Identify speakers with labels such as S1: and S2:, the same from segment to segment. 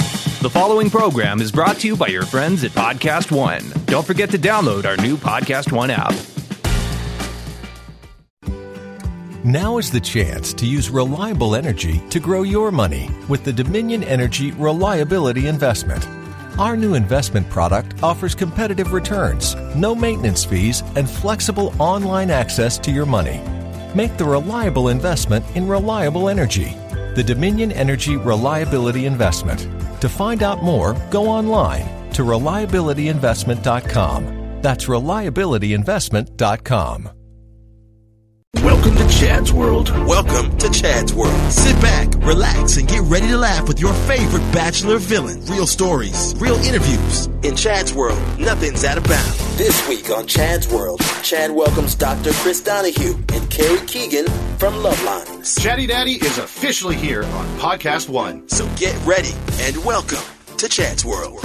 S1: The following program is brought to you by your friends at Podcast One. Don't forget to download our new Podcast One app.
S2: Now is the chance to use reliable energy to grow your money with the Dominion Energy Reliability Investment. Our new investment product offers competitive returns, no maintenance fees, and flexible online access to your money. Make the reliable investment in reliable energy. The Dominion Energy Reliability Investment. To find out more, go online to reliabilityinvestment.com. That's reliabilityinvestment.com.
S3: Welcome to Chad's World.
S4: Welcome to Chad's World.
S3: Sit back, relax, and get ready to laugh with your favorite bachelor villain. Real stories, real interviews.
S4: In Chad's World,
S3: Nothing's out of bounds.
S4: this week on Chad's World, Chad welcomes Dr. Chris Donahue and Carrie Keegan from Lovelines.
S3: Chatty Daddy is officially here on Podcast One.
S4: So get ready and welcome to Chad's World.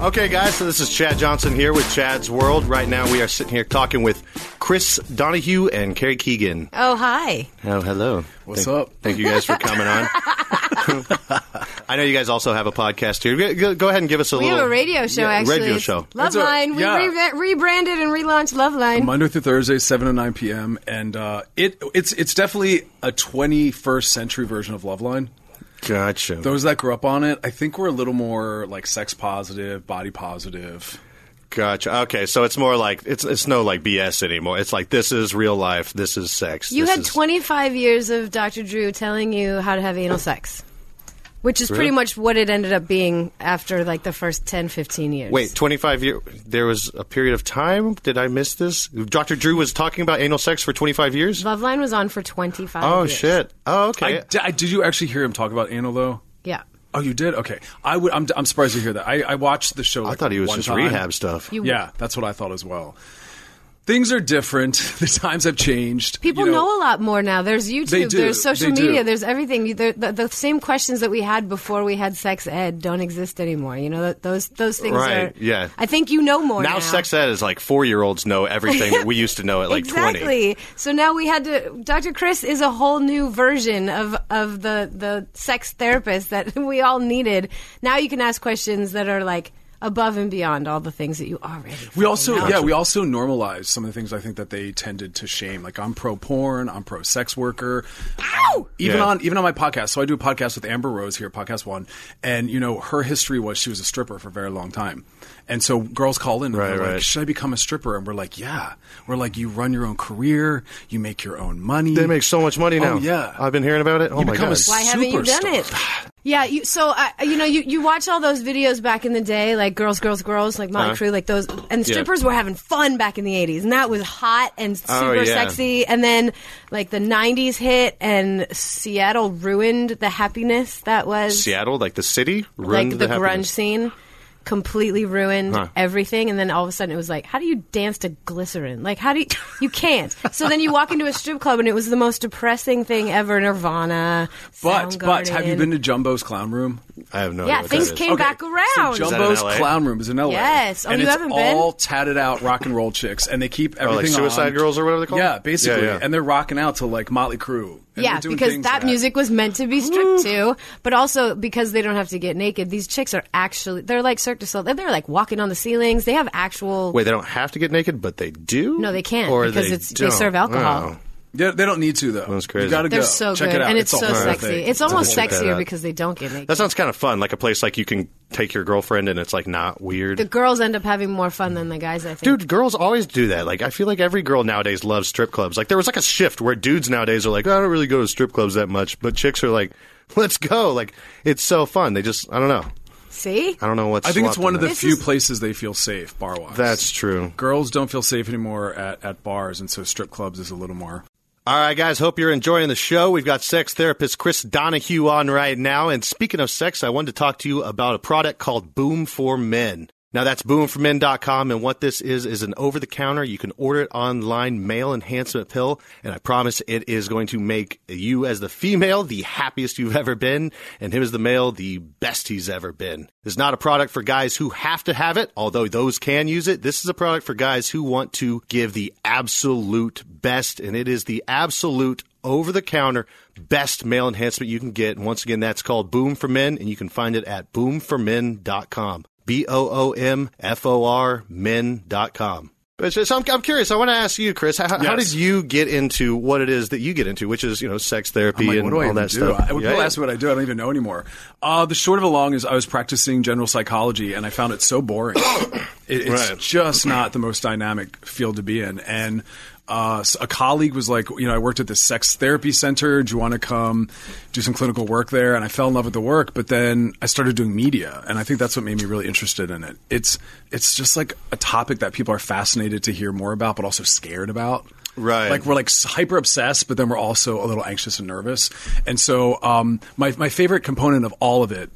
S3: Okay, guys, so this is Chad Johnson here with Chad's World. Right now, we are sitting here talking with Chris Donahue and Carrie Keegan.
S5: Oh, hi.
S3: Oh, hello.
S6: What's
S3: Thank-
S6: up?
S3: Thank you guys for coming on. I know you guys also have a podcast here. Go- Go, go ahead and give us a
S5: We
S3: little
S5: have a radio show,
S3: Yeah,
S5: actually.
S3: Radio
S5: It's
S3: show.
S6: It's
S5: Love
S6: a-
S5: Line.
S6: yeah.
S5: We re- rebranded and relaunched Love Line.
S6: Monday through Thursday, seven to nine p.m. And uh, it it's it's definitely a 21st century version of Loveline.
S3: Gotcha.
S6: Those that grew up on it, I think, were a little more like sex positive, body positive.
S3: Gotcha. Okay, so it's more like it's it's no like BS anymore. It's like this is real life. This is sex.
S5: you
S3: this
S5: had
S3: is-
S5: 25 years of Dr. Drew telling you how to have anal sex, which is
S3: Really?
S5: pretty much what it ended up being after like the first 10, 15 years.
S3: Wait, twenty five year. There was a period of time. Did I miss this? Doctor Drew was talking about anal sex for twenty five years.
S5: Love Line was on for 25
S3: Oh
S5: years.
S3: shit. Oh
S6: I
S3: okay.
S6: di- I, did you actually hear him talk about anal though?
S5: Yeah.
S6: Oh, you did. Okay, I would. I'm, I'm surprised to hear that. I, I watched the show.
S3: I
S6: like,
S3: thought he was
S6: one
S3: just
S6: time.
S3: rehab stuff.
S5: You-
S6: Yeah, that's what I thought as well. Things are different. the times have changed.
S5: People
S6: You
S5: know, a lot more now. There's YouTube,
S6: They do.
S5: there's social
S6: They do.
S5: media, there's everything. You- The, the, the same questions that we had before we had sex ed don't exist anymore. You know, th- those those things
S3: Right,
S5: are.
S3: yeah.
S5: I think you know more now.
S3: now sex ed is like four year olds know everything that we used to know at like twenty.
S5: exactly. So now we had to. Dr. Chris is a whole new version of of the the sex therapist that we all needed. Now you can ask questions that are like above and beyond all the things that you already.
S6: We also,
S5: know.
S6: yeah, we also normalize some of the things I think that they tended to shame. Like I'm pro porn, I'm pro sex worker. Ow! Even
S3: Yeah.
S6: on even on my podcast. So I do a podcast with Amber Rose here, Podcast One, and you know her history was she was a stripper for a very long time, and so girls call in and
S3: Right,
S6: they're
S3: right.
S6: like, "Should I become a stripper?" And we're like, "Yeah." We're like, "You run your own career, you make your own money.
S3: They make so much money now.
S6: Oh, yeah,
S3: I've been hearing about it. Oh
S6: You
S3: my
S6: become a
S3: god.
S6: s-
S5: Why haven't you done
S6: Superstar.
S5: it? Yeah, you, so I, you know, you, you watch all those videos back in the day, like girls, girls, girls, like Motley
S3: Uh-huh.
S5: Crue, like those, and the
S3: Yeah.
S5: strippers were having fun back in the '80s, and that was hot and
S3: Oh,
S5: super
S3: yeah.
S5: sexy. And then, like the '90s hit, and Seattle ruined the happiness that was
S3: Seattle, like the city,
S5: like
S3: ruined
S5: the, grunge
S3: happiness.
S5: scene completely ruined
S3: Huh.
S5: everything and then all of a sudden it was like how do you dance to glycerin like how do you you can't so then you walk into a strip club and it was the most depressing thing ever nirvana
S6: But but have you
S5: Soundgarden.
S6: been to Jumbo's Clown Room?
S3: I have no
S5: Yeah,
S3: idea. what
S5: things
S3: that is.
S5: came- back around.
S6: So
S5: Is
S3: that in
S6: Jumbo's
S3: LA?
S6: Clown Room is in LA.
S5: Yes. Oh,
S6: and
S5: you
S6: it's
S5: haven't been?
S6: all tatted out rock and roll chicks, and they keep
S3: Oh, like
S6: everything
S3: Suicide
S6: on.
S3: Girls or whatever they're called?
S6: Yeah, basically,
S3: Yeah, yeah.
S6: and they're rocking out to like Motley Crue. And
S5: yeah
S6: they're doing
S5: because
S6: things
S5: that music was meant to be stripped to but also because they don't have to get naked these chicks are actually they're like Cirque du Soleil they're like walking on the ceilings they have actual
S3: Wait, they don't have to get naked, but they do.
S5: No, they can't,
S3: Or
S5: because
S3: they
S5: it's- they
S3: don't? Oh.
S5: serve alcohol.
S3: Wow.
S6: They, they don't need to though.
S3: That's crazy.
S6: You gotta
S5: they're
S6: go.
S5: so
S6: Check
S5: good
S6: it out.
S5: and it's,
S6: a
S5: so
S6: whole
S5: sexy
S6: thing.
S5: it's almost
S3: whole thing.
S5: sexier because they don't get naked
S3: That sounds kind of fun. Like a place like you can take your girlfriend and it's like not weird.
S5: the girls end up having more fun than the guys i think
S3: Dude, girls always do that. Like I feel like every girl nowadays loves strip clubs. Like there was like a shift where dudes nowadays are like, I don't really go to strip clubs that much, but chicks are like, let's go. Like it's so fun. They just I don't know.
S5: see
S3: I don't know what's
S6: I think it's
S3: swapped
S6: one
S3: in
S6: of the
S3: that.
S6: few
S5: is-
S6: places they feel safe bar wise.
S3: That's true.
S6: girls don't feel safe anymore at, at bars, and so strip clubs is a little more.
S3: All right, guys. Hope you're enjoying the show. We've got sex therapist Chris Donahue on right now. And speaking of sex, I wanted to talk to you about a product called Boom for Men. Now that's boomformen.com and what this is is an over the counter. You can order it online male enhancement pill and I promise it is going to make you as the female the happiest you've ever been and him as the male the best he's ever been. This is not a product for guys who have to have it, although those can use it. This is a product for guys who want to give the absolute best and it is the absolute over the counter best male enhancement you can get. And once again, that's called Boom for Men, and you can find it at boomformen.com. B O O M F O R men.com. It's just, I'm, I'm curious. I want to ask you, Chris, how, how
S6: Yes.
S3: did you get into what it is that you get into, which is, you know, sex therapy
S6: I'm like,
S3: and
S6: what do I
S3: all
S6: even
S3: that
S6: do?
S3: stuff?
S6: I, when
S3: Yeah,
S6: people
S3: yeah.
S6: ask me what I do, I don't even know anymore. Uh, the short of it long is I was practicing general psychology, and I found it so boring. it, it's
S3: Right.
S6: just not the most dynamic field to be in. And uh, s- a colleague was like, you know, I worked at this sex therapy center. Do you want to come do some clinical work there? And I fell in love with the work, but then I started doing media, and I think that's what made me really interested in it. It's it's just like a topic that people are fascinated to hear more about, but also scared about.
S3: Right.
S6: Like we're like hyper obsessed, but then we're also a little anxious and nervous. And so, um, my my favorite component of all of it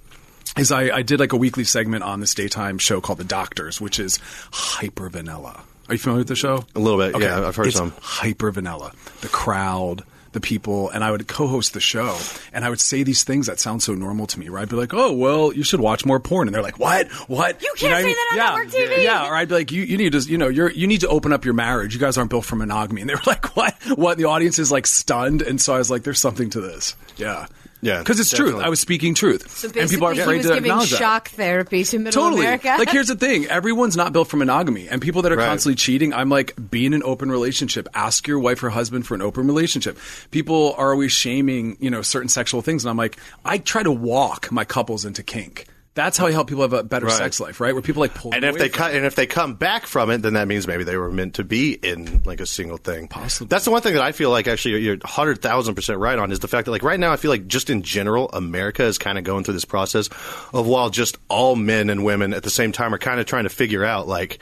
S6: is I, I did like a weekly segment on this daytime show called The Doctors, which is hyper vanilla. Are you familiar with the show?
S3: A little bit, yeah, I've heard
S6: it's
S3: some.
S6: Hyper vanilla. The crowd, the people, and I would co-host the show, and I would say these things that sound so normal to me. Right? I'd be like, "Oh, well, you should watch more porn," and they're like, "What? What?
S5: You
S6: know
S5: can't
S6: what
S5: say that on
S6: yeah.
S5: network TV.
S6: Yeah, or I'd be like, you, you need to, you know, you're, you need to open up your marriage. You guys aren't built for monogamy. And they were like, what? What? The audience is like stunned. And so I was like, there's something to this. Yeah.
S3: Yeah,
S6: Because it's
S3: definitely.
S6: truth. I was speaking truth.
S5: So
S6: and people are
S5: basically,
S6: afraid
S5: he was
S6: to
S5: giving
S6: acknowledge that.
S5: shock therapy to middle
S6: Totally.
S5: America.
S6: Like, here's the thing: everyone's not built for monogamy, and people that are
S3: Right.
S6: constantly cheating. I'm like, be in an open relationship. Ask your wife or husband for an open relationship. People are always shaming, you know, certain sexual things, and I'm like, I try to walk my couples into kink. That's how I help people have a better
S3: Right.
S6: sex life, right? Where people like pull.
S3: And
S6: them
S3: if
S6: away
S3: they
S6: from
S3: cut, and if they come back from it, then that means maybe they were meant to be in like a single thing. Possibly. That's the one thing that I feel like actually you're hundred thousand percent right on is the fact that like right now I feel like just in general America is kind of going through this process of while just all men and women at the same time are kind of trying to figure out like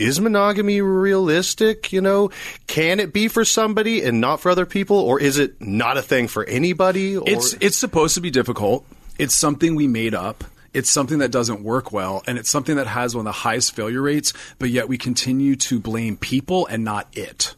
S3: is monogamy realistic? You know, can it be for somebody and not for other people, or is it not a thing for anybody? Or,
S6: It's it's supposed to be difficult. It's something we made up. It's something that doesn't work well, and it's something that has one of the highest failure rates. But yet we continue to blame people and not it.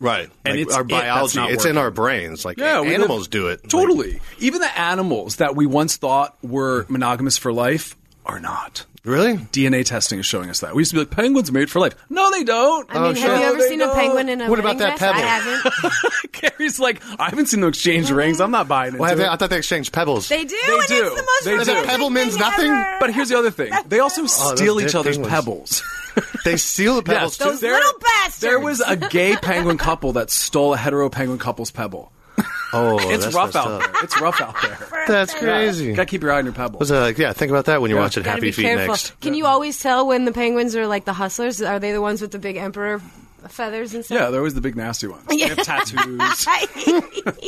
S3: right,
S6: and
S3: Like,
S6: it's
S3: our
S6: it that's
S3: biology.
S6: not
S3: it's in
S6: working.
S3: our brains. Like
S6: we live-
S3: animals do it. Like,
S6: totally. Even the animals that we once thought were monogamous for life are not.
S3: really?
S6: DNA testing is showing us that. We used to be like penguins are made for life. No, they don't.
S3: Oh,
S5: I mean, have you ever
S6: Oh, They
S5: seen a
S6: don't.
S5: penguin in a
S3: What about
S5: wedding
S3: that
S5: dress? I
S3: pebble?
S5: haven't.
S6: Carrie's like, I haven't seen them exchange rings. I'm not buying it.
S3: Well, I, thought- I thought they exchanged pebbles.
S5: They do.
S6: They
S5: and
S6: do.
S5: It's the most
S6: They do.
S5: romantic
S3: Pebble means
S5: thing
S3: nothing?
S5: ever.
S6: but here's the other thing: they also steal
S3: Oh, those
S6: each other's
S3: penguins.
S6: pebbles.
S3: They steal the pebbles
S5: Those
S3: too.
S5: They're- little bastards.
S6: There was a gay penguin couple that stole a hetero penguin couple's pebble.
S3: Oh,
S6: It's
S3: that's
S6: rough
S3: messed
S6: out
S3: up.
S6: there. It's rough out there.
S3: That's crazy.
S6: Gotta keep your eye on your pebble.
S3: Was, uh, yeah, think about that when you're
S6: Yeah.
S3: watching
S5: Gotta
S3: Happy
S5: be
S3: Feet
S5: careful.
S3: next.
S5: Can you always tell when the penguins are like the hustlers? Are they the ones with the big emperor feathers and
S6: yeah,
S5: stuff?
S6: there was the big nasty ones. They have tattoos,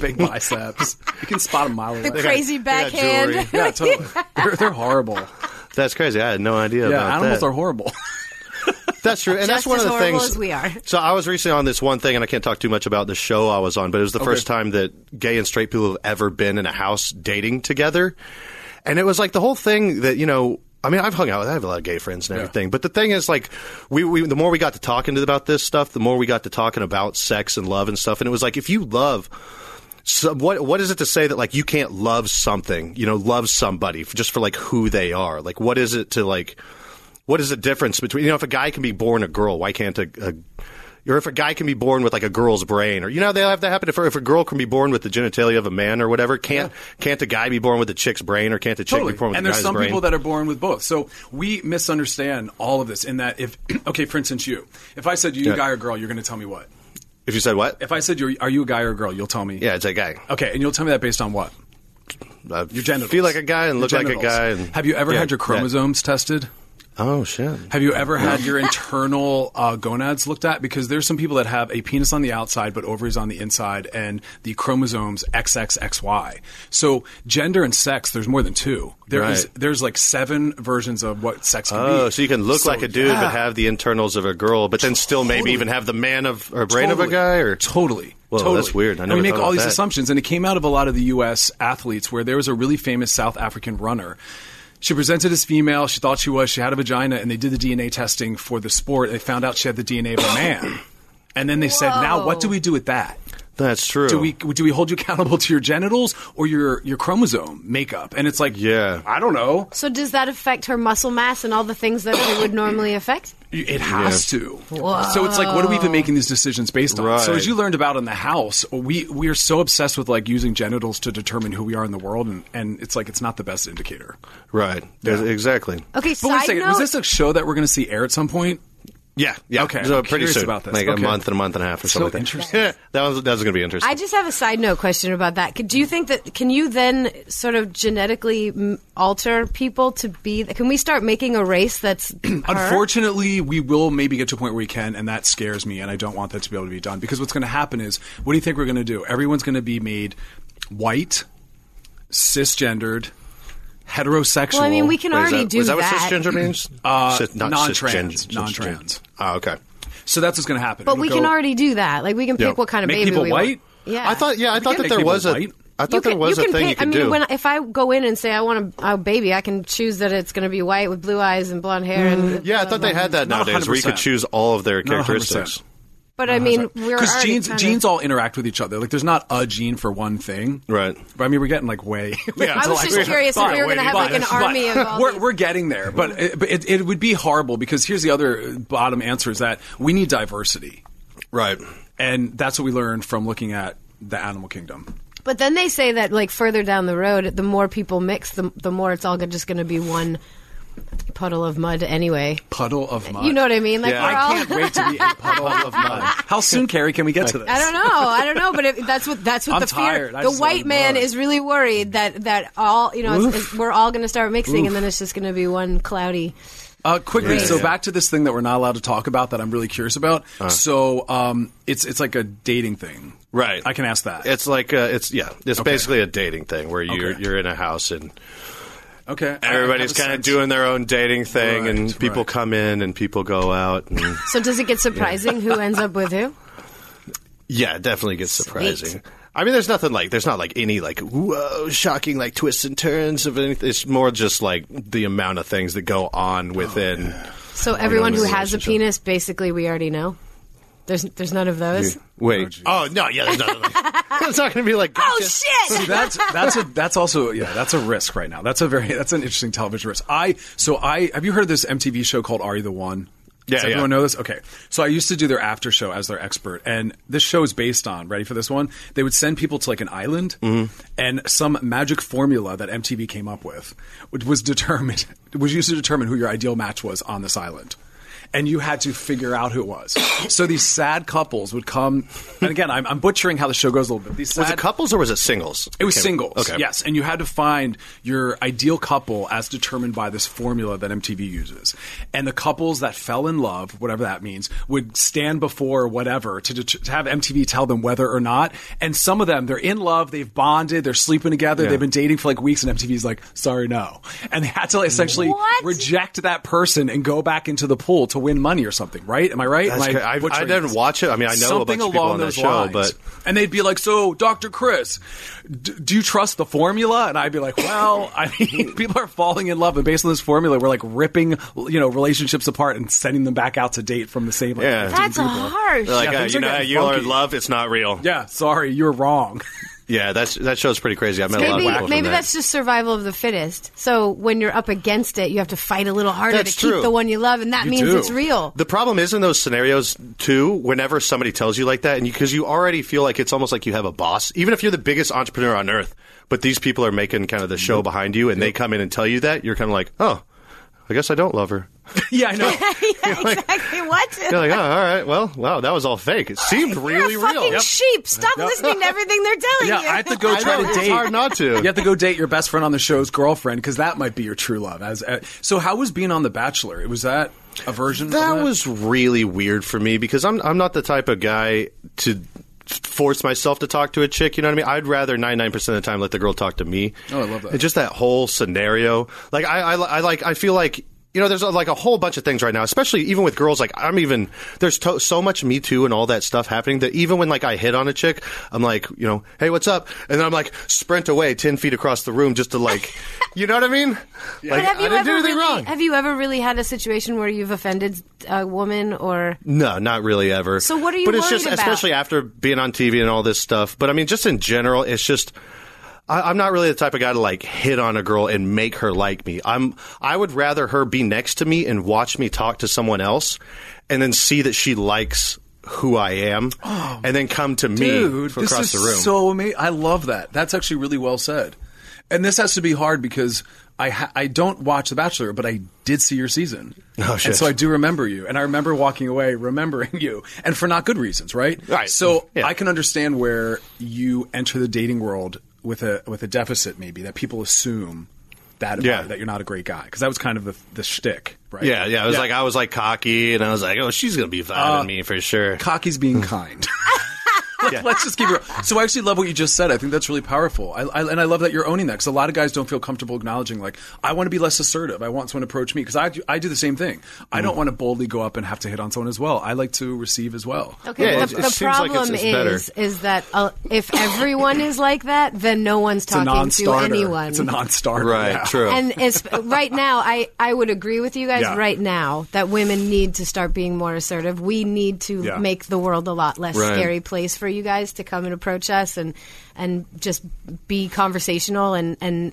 S6: big biceps. You can spot them a mile away.
S5: the crazy
S3: got jewelry.
S5: backhand.
S6: yeah, totally. They're, they're horrible.
S3: That's crazy. I had no idea
S6: Yeah,
S3: about
S6: animals
S3: that.
S6: are horrible.
S3: That's true, and that's
S5: Just
S3: one
S5: as
S3: of the
S5: horrible
S3: things
S5: as we are.
S3: So I was recently on this one thing, and I can't talk too much about the show I was on, but it was the first time that gay and straight people have ever been in a house dating together, and it was like the whole thing that you know. I mean, I've hung out with, I have a lot of gay friends and everything, but the thing is, like, we, we, the more we got to talking about this stuff, the more we got to talking about sex and love and stuff. And it was like, if you love so what what is it to say that like you can't love something you know love somebody f just for like who they are like what is it to like what is the difference between you know if a guy can be born a girl why can't a, a or if a guy can be born with like a girl's brain or you know they have that happen if, if a girl can be born with the genitalia of a man or whatever can't can't a guy be born with a chick's brain or can't a chick be born with
S6: and
S3: a
S6: there's
S3: guy's
S6: some
S3: brain
S6: people that are born with both. So we misunderstand all of this in that if okay, for instance, you. If I said you
S3: Yeah.
S6: guy or girl, you're going to tell me what.
S3: if you said what
S6: If I said you are you a guy or a girl, you'll tell me.
S3: yeah it's a guy
S6: Okay, and you'll tell me that based on what?
S3: I
S6: Your genitals.
S3: feel like a guy and
S6: Your
S3: look like a
S6: genitals.
S3: guy and
S6: Have you ever
S3: Yeah,
S6: had your
S3: yeah.
S6: chromosomes tested?
S3: oh shit
S6: Have you ever had your internal uh, gonads looked at? Because there's some people that have a penis on the outside but ovaries on the inside and the chromosomes XXXY. So gender and sex, there's more than two. There is
S3: Right.
S6: there's like seven versions of what sex can be.
S3: Oh, so you can look
S6: So,
S3: like a dude
S6: yeah.
S3: but have the internals of a girl, but then still maybe
S6: Totally.
S3: even have the man of or brain of a
S6: Totally.
S3: guy or
S6: totally.
S3: Whoa,
S6: totally.
S3: that's weird. I
S6: and
S3: never
S6: we make
S3: thought
S6: all
S3: about
S6: these
S3: that.
S6: assumptions, and it came out of a lot of the U.S. athletes, where there was a really famous South African runner She presented as female. She thought she was. She had a vagina, and they did the DNA testing for the sport. They found out she had the DNA of a man. And then they said, "Now, what do we do with that?
S3: That's true.
S6: Do we do we hold you accountable to your genitals or your your chromosome makeup?" And it's like,
S3: Yeah.
S6: I don't know.
S5: So does that affect her muscle mass and all the things that it would normally affect?
S6: It has to. So it's like, what are we even making these decisions based on?
S3: Right.
S6: So as you learned about in the house, we we are so obsessed with like using genitals to determine who we are in the world, and, and it's like it's not the best indicator.
S3: right. There's- Exactly.
S5: Okay,
S6: But wait a
S5: side
S6: second,
S5: note.
S6: was this a show that we're going to see air at some point?
S3: Yeah. Yeah.
S6: Okay,
S3: So
S6: I'm
S3: pretty
S6: curious
S3: soon.
S6: about this.
S3: Like
S6: Okay.
S3: a month and a month and a half or
S6: So
S3: something. like that. that was that was gonna be interesting.
S5: I just have a side note question about that. Could- Do you think that can you then sort of genetically m- alter people to be? Can we start making a race that's her?
S6: Unfortunately, we will maybe get to a point where we can, and that scares me, and I don't want that to be able to be done. Because what's going to happen is, what do you think we're going to do? Everyone's going to be made white, cisgendered, heterosexual.
S5: Well, I mean, we can
S3: Wait,
S5: already
S3: is that,
S5: do
S3: is that,
S5: that.
S3: what cisgender means?
S6: Uh,
S3: Cis-
S6: non-trans,
S3: cisgender,
S6: non-trans.
S3: cisgender. Oh, okay.
S6: So that's what's going to happen.
S5: but
S6: It'll
S5: we can
S6: go-
S5: already do that. Like we can pick
S3: Yeah.
S5: what kind of
S6: Make
S5: baby
S6: people
S5: we
S6: white?
S5: want. Yeah,
S3: I thought. Yeah, I thought that
S6: can make
S3: there
S6: people
S3: was a.
S6: white.
S3: I
S5: You
S3: thought there
S5: can-
S3: was
S5: you
S3: a
S5: can
S3: thing
S5: pick-
S3: you could
S5: I mean,
S3: do.
S5: When, if I go in and say I want a, a baby, I can choose that it's going to be white with blue eyes and blonde hair. And
S3: Mm. yeah, I thought they had that
S6: Not
S3: nowadays where you could
S6: 100%.
S3: choose all of their
S6: Not 100%.
S3: characteristics.
S5: But I mean, we're
S6: because
S5: already
S6: genes
S5: kinda-
S6: genes all interact with each other. Like there's not a gene for one thing,
S3: Right.
S6: But I mean, we're getting like way.
S5: I was just curious if we were gonna have, like, an army of all
S6: We're,
S5: these- Mm-hmm.
S6: we're getting there, but it, but it, it would be horrible because here's the other bottom answer: is that we need diversity,
S3: Right.
S6: and that's what we learned from looking at the animal kingdom.
S5: But then they say that like further down the road, the more people mix, the the more it's all go- just going to be one puddle of mud anyway.
S6: Puddle of mud.
S5: You know what I mean? Like
S3: Yeah.
S5: we're all.
S6: I can't wait to be a puddle of mud. How soon, Carrie? Can we get to this?
S5: I don't know. I don't know, but if, that's what that's what
S6: I'm
S5: the fear.
S6: tired. I
S5: The
S6: just
S5: white
S6: wanna
S5: man
S6: mud.
S5: is really worried that that all you know it's, it's, we're all going to start mixing, and then it's just going to be one cloudy.
S6: Uh, quickly,
S3: Yeah.
S6: so
S3: Yeah.
S6: back to this thing that we're not allowed to talk about that I'm really curious about.
S3: Uh-huh.
S6: So um, it's it's like a dating thing,
S3: Right.
S6: I can ask that.
S3: It's like uh, it's yeah. It's
S6: Okay.
S3: basically a dating thing where you're
S6: Okay.
S3: you're in a house and
S6: okay. I- I
S3: everybody's
S6: have a
S3: kind of
S6: sense.
S3: doing their own dating thing
S6: Right,
S3: and people
S6: right.
S3: come in and people go out and
S5: So does it get surprising who ends up with who?
S3: yeah, it definitely gets surprising. I mean, there's nothing like there's not like any like whoa shocking like twists and turns of anything. It's more just like the amount of things that go
S6: Oh,
S3: on within.
S5: So everyone who
S3: this
S5: has a
S3: relationship.
S5: penis, basically, we already know. There's there's none of those.
S3: Wait. Oh, no, yeah, there's nothing. it's not going to be like.
S5: Oh
S3: gotcha.
S5: shit!
S6: See, that's that's a that's also yeah that's a risk right now. That's a very that's an interesting television risk. I so I have you heard of this MTV show called Are You the One?
S3: Yeah,
S6: Does
S3: yeah.
S6: everyone know this? Okay, so I used to do their after show as their expert, and this show is based on. Ready for this one? They would send people to like an island, and some magic formula that MTV came up with would- was determined was used to determine who your ideal match was on this island. And you had to figure out who it was. So these sad couples would come, and again, I'm, I'm butchering how the show goes a little bit. These sad
S3: Was it couples or was it singles?
S6: it was
S3: Okay.
S6: singles,
S3: Okay.
S6: yes, and you had to find your ideal couple as determined by this formula that MTV uses. And the couples that fell in love, whatever that means, would stand before whatever to, det- to have MTV tell them whether or not. And some of them, they're in love, they've bonded, they're sleeping together, they've been dating for like weeks, and MTV's like, "Sorry, no," and they had to like, essentially
S5: What?
S6: reject that person and go back into the pool to win money or something, right? Am I right?
S3: That's
S6: Am
S3: cra- I- I
S6: butchering
S3: didn't
S6: this?
S3: watch it. I mean, I know a
S6: something
S3: bunch of people
S6: along
S3: on that
S6: those
S3: show,
S6: lines.
S3: but-
S6: And they'd be like, "So, Doctor Chris, d- do you trust the formula?" And I'd be like, "Well, I mean, people are falling in love, and based on this formula, we're like ripping, you know, relationships apart and sending them back out to date from the same." Like,
S3: Yeah.
S6: 15
S5: That's
S6: people.
S5: harsh.
S3: They're Like,
S6: Yeah,
S3: uh,
S6: things
S3: you
S6: are
S3: know how
S6: getting
S3: you are in
S6: funky.
S3: love, it's not real.
S6: Yeah, sorry, you're wrong.
S3: Yeah, that's that show's pretty crazy. I met a lot of people.
S5: Maybe
S3: from
S5: maybe
S3: that.
S5: that's just survival of the fittest. So when you're up against it, you have to fight a little harder
S3: That's
S5: to keep
S3: true.
S5: the one you love, and that
S6: You
S5: means
S6: do.
S5: it's real.
S3: The problem is in those scenarios too. Whenever somebody tells you like that, and because you, already feel like it's almost like you have a boss, even if you're the biggest entrepreneur on earth, but these people are making kind of the show behind you, and they come in and tell you that, you're kind of like, oh, I guess I don't love her.
S6: yeah, I know.
S5: exactly. What?
S3: You're like, oh, all right, well, wow, that was all fake. It seemed really
S5: You're a
S3: real.
S5: fucking sheep. Stop listening to everything they're telling
S6: Yeah,
S5: you.
S6: I have to go
S3: I
S6: try
S3: know,
S6: to
S3: it's
S6: date.
S3: hard not to.
S6: You have to go date your best friend on the show's girlfriend because that might be your true love. As uh, so, how was being on The Bachelor? Was that a version?
S3: That
S6: of that
S3: was really weird for me because I'm I'm not the type of guy to force myself to talk to a chick. You know what I mean? I'd rather 99 percent of the time let the girl talk to me.
S6: Oh, I love that.
S3: And just that whole scenario. Like I, I, I like I feel like. you know, there's uh, like a whole bunch of things right now, especially even with girls. Like, I'm even, there's to- so much Me Too and all that stuff happening that even when like I hit on a chick, I'm like, you know, hey, what's up? And then I'm like, sprint away 10 feet across the room just to like, you know what I mean? Like,
S5: have you
S3: I didn't
S5: ever
S3: do anything
S5: really,
S3: wrong.
S5: Have you ever really had a situation where you've offended a woman or
S3: No, not really ever.
S5: So what are you
S3: But it's
S5: worried
S3: just
S5: about?
S3: especially after being on TV and all this stuff. But I mean, just in general, it's just I, I'm not really the type of guy to like hit on a girl and make her like me. I'm I would rather her be next to me and watch me talk to someone else, and then see that she likes who I am,
S5: Oh,
S3: and then come to me
S6: Dude,
S3: from
S6: this
S3: across
S6: is
S3: the room.
S6: so amazing. I love that. That's actually really well said. And this has to be hard because I ha- I don't watch The Bachelor, but I did see your season.
S3: Oh, shit.
S6: And so I do remember you, and I remember walking away remembering you, and for not good reasons, right?
S3: Right.
S6: So
S3: Yeah.
S6: I can understand where you enter the dating world with a with a deficit, maybe that people assume that about
S3: Yeah.
S6: you, that you're not a great guy because that was kind of the the shtick, right?
S3: yeah, yeah. I was like, I was like cocky, and I was like, oh, she's gonna be
S5: Uh,
S3: vibing me for sure.
S6: cocky's being
S3: Hmm.
S6: kind. Let- Let's just keep it. real. So I actually love what you just said. I think that's really powerful, I, I, and I love that you're owning that because a lot of guys don't feel comfortable acknowledging like I want to be less assertive. I want someone to approach me because I do, I do the same thing. I
S3: Hmm.
S6: don't want to boldly go up and have to hit on someone as well. I like to receive as well.
S5: Okay,
S3: Yeah,
S5: the,
S3: it- it
S5: the
S3: seems like it's-
S5: problem
S3: it's better.
S5: is is that uh, if everyone is like that, then no one's
S6: It's a
S5: talking to
S6: non-starter.
S5: anyone.
S6: It's a non-starter.
S3: Right,
S6: yeah.
S3: true.
S5: and it's, right now, I, I would agree with you guys
S6: Yeah.
S5: right now that women need to start being more assertive. We need to
S6: Yeah.
S5: make the world a lot less
S3: Right.
S5: scary place for you guys to come and approach us and and just be conversational. And, and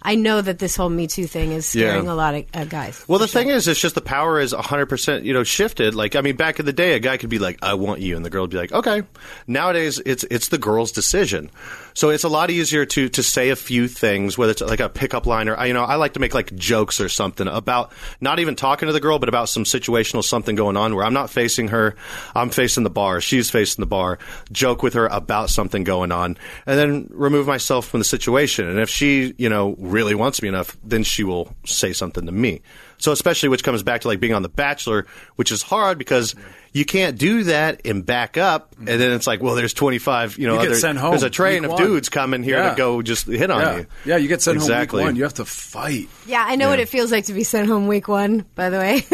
S5: I know that this whole Me Too thing is
S3: Yeah.
S5: scaring a lot of uh, guys.
S3: Well, the thing is, it's just the power is 100%, you know, shifted. Like, I mean, back in the day, a guy could be like, I want you, and the girl would be like, okay. Nowadays, it's it's the girl's decision. So it's a lot easier to to say a few things, whether it's like a pickup line or, I- you know, I like to make like jokes or something about not even talking to the girl, but about some situational something going on where I'm not facing her, I'm facing the bar, she's facing the bar, joke with her about something going on, and then remove myself from the situation. And if she, you know, really wants me enough, then she will say something to me. So especially which comes back to like being on The Bachelor, which is hard because you can't do that and back up, and then it's like, well, there's 25, you know,
S6: You get
S3: other-
S6: sent home.
S3: there's a train
S6: week
S3: of
S6: one.
S3: dudes coming here
S6: Yeah.
S3: to go just hit on
S6: yeah.
S3: you.
S6: Yeah, you get sent
S3: exactly.
S6: home week one. You have to fight.
S5: Yeah, I know what it feels like to be sent home week one, by the way.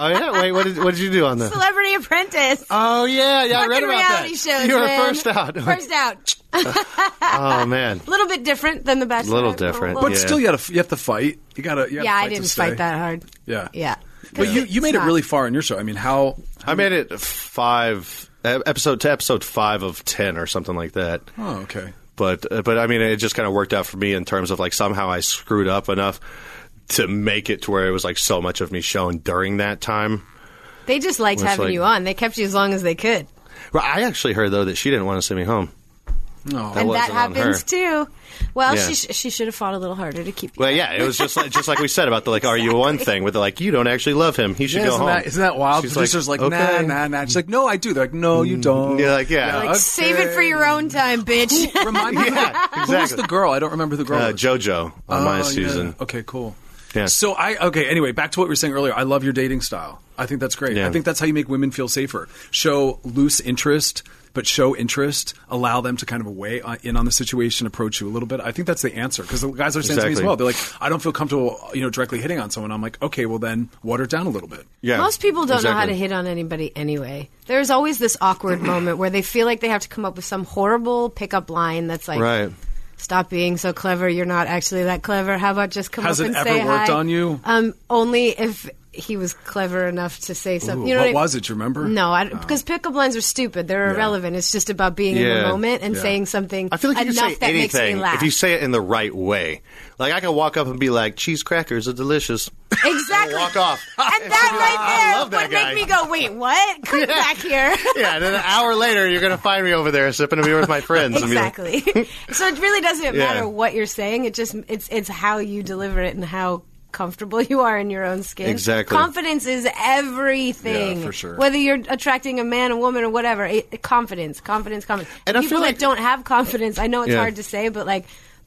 S3: oh yeah, wait, what did, what did you do on that?
S5: Celebrity Apprentice.
S3: Oh yeah, yeah, I read
S5: Fucking
S3: about that.
S5: reality shows.
S3: you were
S5: man.
S3: first out.
S5: First out.
S3: oh man.
S5: A little bit different than the Bachelor.
S3: Little different,
S6: But
S3: Yeah.
S6: still, you, gotta, you have to fight. You gotta. You have
S5: yeah,
S6: to
S5: I
S6: fight to
S5: didn't
S6: stay.
S5: fight that hard.
S6: Yeah,
S5: Yeah.
S6: But you, you made
S5: It's
S6: it
S5: not-
S6: really far in your show. I mean, how
S3: I made it five e-, episode to episode five of ten or something like that.
S6: Oh, okay.
S3: But uh, but I mean, it just kind of worked out for me in terms of like somehow I screwed up enough to make it to where it was like so much of me shown during that time.
S5: They just liked
S3: It's
S5: having
S3: like-
S5: you on. They kept you as long as they could.
S3: Well, I actually heard though that she didn't want to send me home.
S6: No.
S5: and that
S3: wasn't on her.
S5: happens too. Well,
S3: Yeah.
S5: she sh- she should have fought a little harder to keep you.
S3: Well, yeah, it was just like just like we said about the like are you one thing with the like you don't actually love him. He should
S6: Yeah,
S3: go
S6: isn't,
S3: home.
S6: that, isn't that wild?
S3: She's
S6: Producer's like,
S3: okay. Mm.
S6: nah, nah, nah. She's like, no, I do. They're like, no, you don't.
S3: Yeah, like yeah.
S5: like save it for your own time, bitch.
S6: Remind me.
S3: Yeah,
S6: Who was
S3: exactly.
S6: the girl? I don't remember who the girl.
S3: uh,
S6: was.
S3: JoJo on my
S6: Oh, yeah.
S3: season.
S6: Okay, cool.
S3: Yeah.
S6: So I okay. Anyway, back to what we were saying earlier. I love your dating style. I think that's great.
S3: Yeah.
S6: I think that's how you make women feel safer. Show loose interest, but show interest. Allow them to kind of weigh on- in on the situation, approach you a little bit. I think that's the answer because the guys are saying to me
S3: Exactly.
S6: as well. They're like, I don't feel comfortable, you know, directly hitting on someone. I'm like, okay, well then, water it down a little bit.
S3: Yeah,
S5: Most people don't know how to
S3: exactly.
S5: hit on anybody anyway. There's always this awkward moment where they feel like they have to come up with some horrible pickup line that's like,
S3: Right.
S5: stop being so clever. You're not actually that clever. How about just come
S6: Has
S5: up
S6: it
S5: and
S6: ever
S5: say
S6: worked
S5: hi?
S6: on you?
S5: Um, only if he was clever enough to say something.
S6: Ooh,
S5: you know
S6: what
S5: I-
S6: was it? Do you remember? Oh.
S5: No, I, because pickup lines are stupid. They're
S6: Yeah.
S5: irrelevant. It's just about being in the
S3: Yeah.
S5: moment and
S6: Yeah.
S5: saying something
S3: I feel like you
S5: enough
S3: can say
S5: that makes
S3: anything
S5: me laugh.
S3: if you say it in the right way. Like I can walk up and be like, "Cheese crackers are delicious."
S5: exactly.
S3: Walk off.
S5: And that
S3: I
S5: right
S3: love
S5: there
S3: that
S5: would
S3: guy.
S5: make me go, wait, what? Come back here.
S3: yeah, and then an hour later, you're gonna find me over there sipping a beer with my friends. and be like-
S5: exactly. so it really doesn't
S3: Yeah.
S5: matter what you're saying. It just it's it's how you deliver it and how comfortable you are in your own skin.
S3: Exactly.
S5: Confidence is everything.
S6: Yeah, for sure.
S5: Whether you're attracting a man, a woman, or whatever, it, confidence, confidence, confidence.
S3: And I
S5: People
S3: feel
S5: that
S3: like-
S5: don't have confidence, I know it's
S3: Yeah.
S5: hard to say, but like,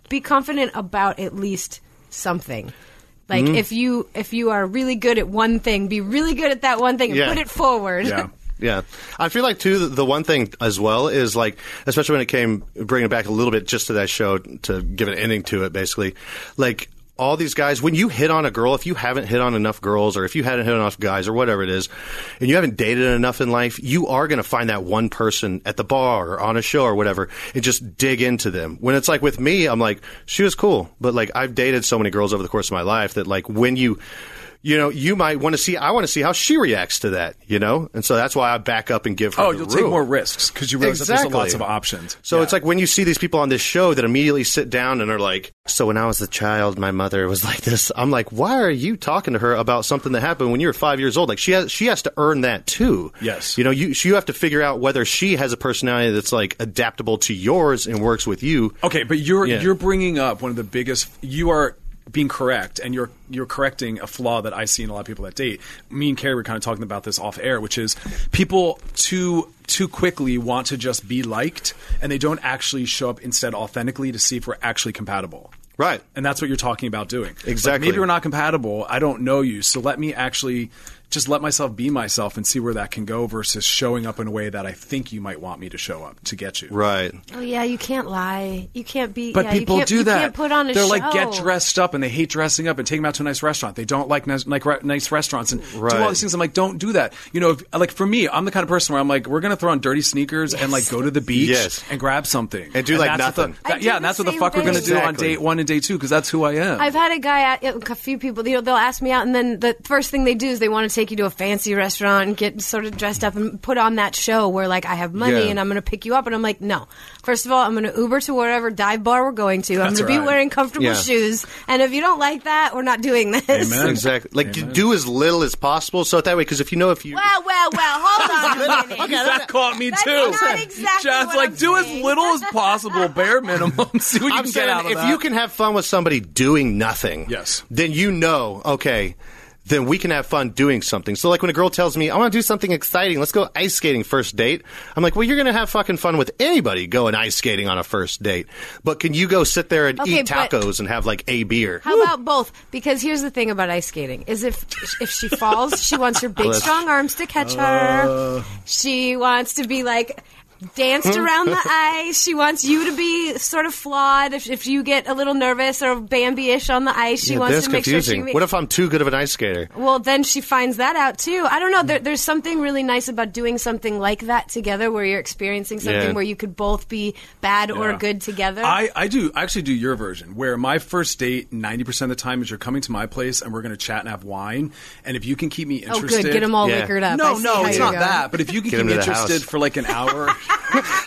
S5: be confident about at least something. Like
S3: Mm-hmm.
S5: if you if you are really good at one thing, be really good at that one thing and
S3: Yeah.
S5: put it forward.
S6: Yeah.
S3: Yeah, I feel like too. the- The one thing as well is like, especially when it came bringing it back a little bit just to that show to give an ending to it. Basically, like all these guys, when you hit on a girl, if you haven't hit on enough girls or if you haven't hit on enough guys or whatever it is, and you haven't dated enough in life, you are going to find that one person at the bar or on a show or whatever and just dig into them. When it's like with me, I'm like, she was cool, but like I've dated so many girls over the course of my life that like when you, you know, you might want to see, I want to see how she reacts to that, you know? And so that's why I back up and give her
S6: Oh,
S3: the
S6: you'll
S3: room.
S6: take more risks because you realize that there's
S3: Exactly.
S6: lots of options.
S3: So it's like when you see these people on this show that immediately sit down and are like, So when I was a child, my mother was like this. I'm like, Why are you talking to her about something that happened when you were five years old? Like she has she has to earn that too.
S6: Yes.
S3: You know, you she, you have to figure out whether she has a personality that's like adaptable to yours and works with you.
S6: Okay, but you're
S3: Yeah.
S6: you're bringing up one of the biggest. You are being correct, and you're you're correcting a flaw that I see in a lot of people that date. Me and Carrie were kind of talking about this off air, which is people too too quickly want to just be liked, and they don't actually show up instead authentically to see if we're actually compatible.
S3: Right.
S6: And that's what you're talking about doing. Like,
S3: Exactly.
S6: maybe we're not compatible. I don't know you. So let me actually just let myself be myself and see where that can go versus showing up in a way that I think you might want me to show up to get you.
S3: Right.
S5: Oh yeah, you can't lie. You can't be.
S6: But
S5: yeah, you
S6: people
S5: can't-
S6: do
S5: you
S6: that.
S5: can't put on a
S6: They're
S5: show.
S6: like get dressed up and they hate dressing up and take them out to a nice restaurant. They don't like nice, like re- nice restaurants and do all
S3: Right.
S6: these things. I'm like, don't do that. You know, if, like for me, I'm the kind of person where I'm like, we're gonna throw on dirty sneakers and like go to the beach
S3: Yes.
S6: and grab something
S3: And do, like,
S6: that's what the-
S3: nothing.
S5: I
S6: that-
S5: do
S6: yeah,
S5: the
S6: and that's what the
S5: same
S6: fuck we're gonna
S5: thing.
S6: do on
S3: Exactly.
S6: date one and day two because that's who I am.
S5: I've had a guy, a few people, you know, they'll ask me out, and then the first thing they do is they want to take you to a fancy restaurant and get sort of dressed up and put on that show where, like, I have money
S3: Yeah.
S5: and I'm going to pick you up. And I'm like, no. First of all, I'm going to Uber to wherever dive bar we're going to. I'm
S6: That's
S5: going to be
S6: right.
S5: wearing comfortable
S3: Yeah.
S5: shoes. And if you don't like that, we're not doing this.
S6: Amen.
S3: Exactly. Like do as little as possible so that way because if you know if you
S5: Well, well, well, hold on a minute.
S6: that caught me
S5: That's
S6: too.
S5: not exactly
S6: John's
S5: what
S6: like,
S5: I'm
S6: do
S5: saying.
S6: as little as possible, bare minimum. See what you
S3: I'm
S6: can
S3: saying
S6: get out of
S3: if
S6: that.
S3: you can have fun with somebody doing nothing,
S6: Yes.
S3: then you know, okay, then we can have fun doing something. So like when a girl tells me, I want to do something exciting, let's go ice skating first date. I'm like, well, you're gonna have fucking fun with anybody going ice skating on a first date. But can you go sit there and
S5: Okay,
S3: eat
S5: but-
S3: tacos and have like a beer?
S5: How about both? Because here's the thing about ice skating: is if if she falls, she wants her big
S3: Bless.
S5: strong arms to catch her. She wants to be like danced around the ice. She wants you to be sort of flawed. If, if you get a little nervous or Bambi-ish on the ice, she
S3: Yeah,
S5: wants
S3: that's
S5: to make
S3: confusing.
S5: sure she.
S3: what if I'm too good of an ice skater?
S5: Well, then she finds that out too. I don't know. There, there's something really nice about doing something like that together, where you're experiencing something
S3: Yeah.
S5: where you could both be bad or
S6: Yeah.
S5: good together.
S6: I, I do I actually do your version where my first date 90% of the time is you're coming to my place and we're going to chat and have wine. And if you can keep me
S5: oh,
S6: interested.
S5: good. Get them all
S3: Yeah.
S5: liquored up. I
S6: No,
S5: see
S6: no,
S5: how
S6: it's
S5: you're
S6: not
S5: going.
S6: that. But if you can
S3: Get
S6: keep
S3: 'em
S6: me
S3: to the house.
S6: interested for like an hour.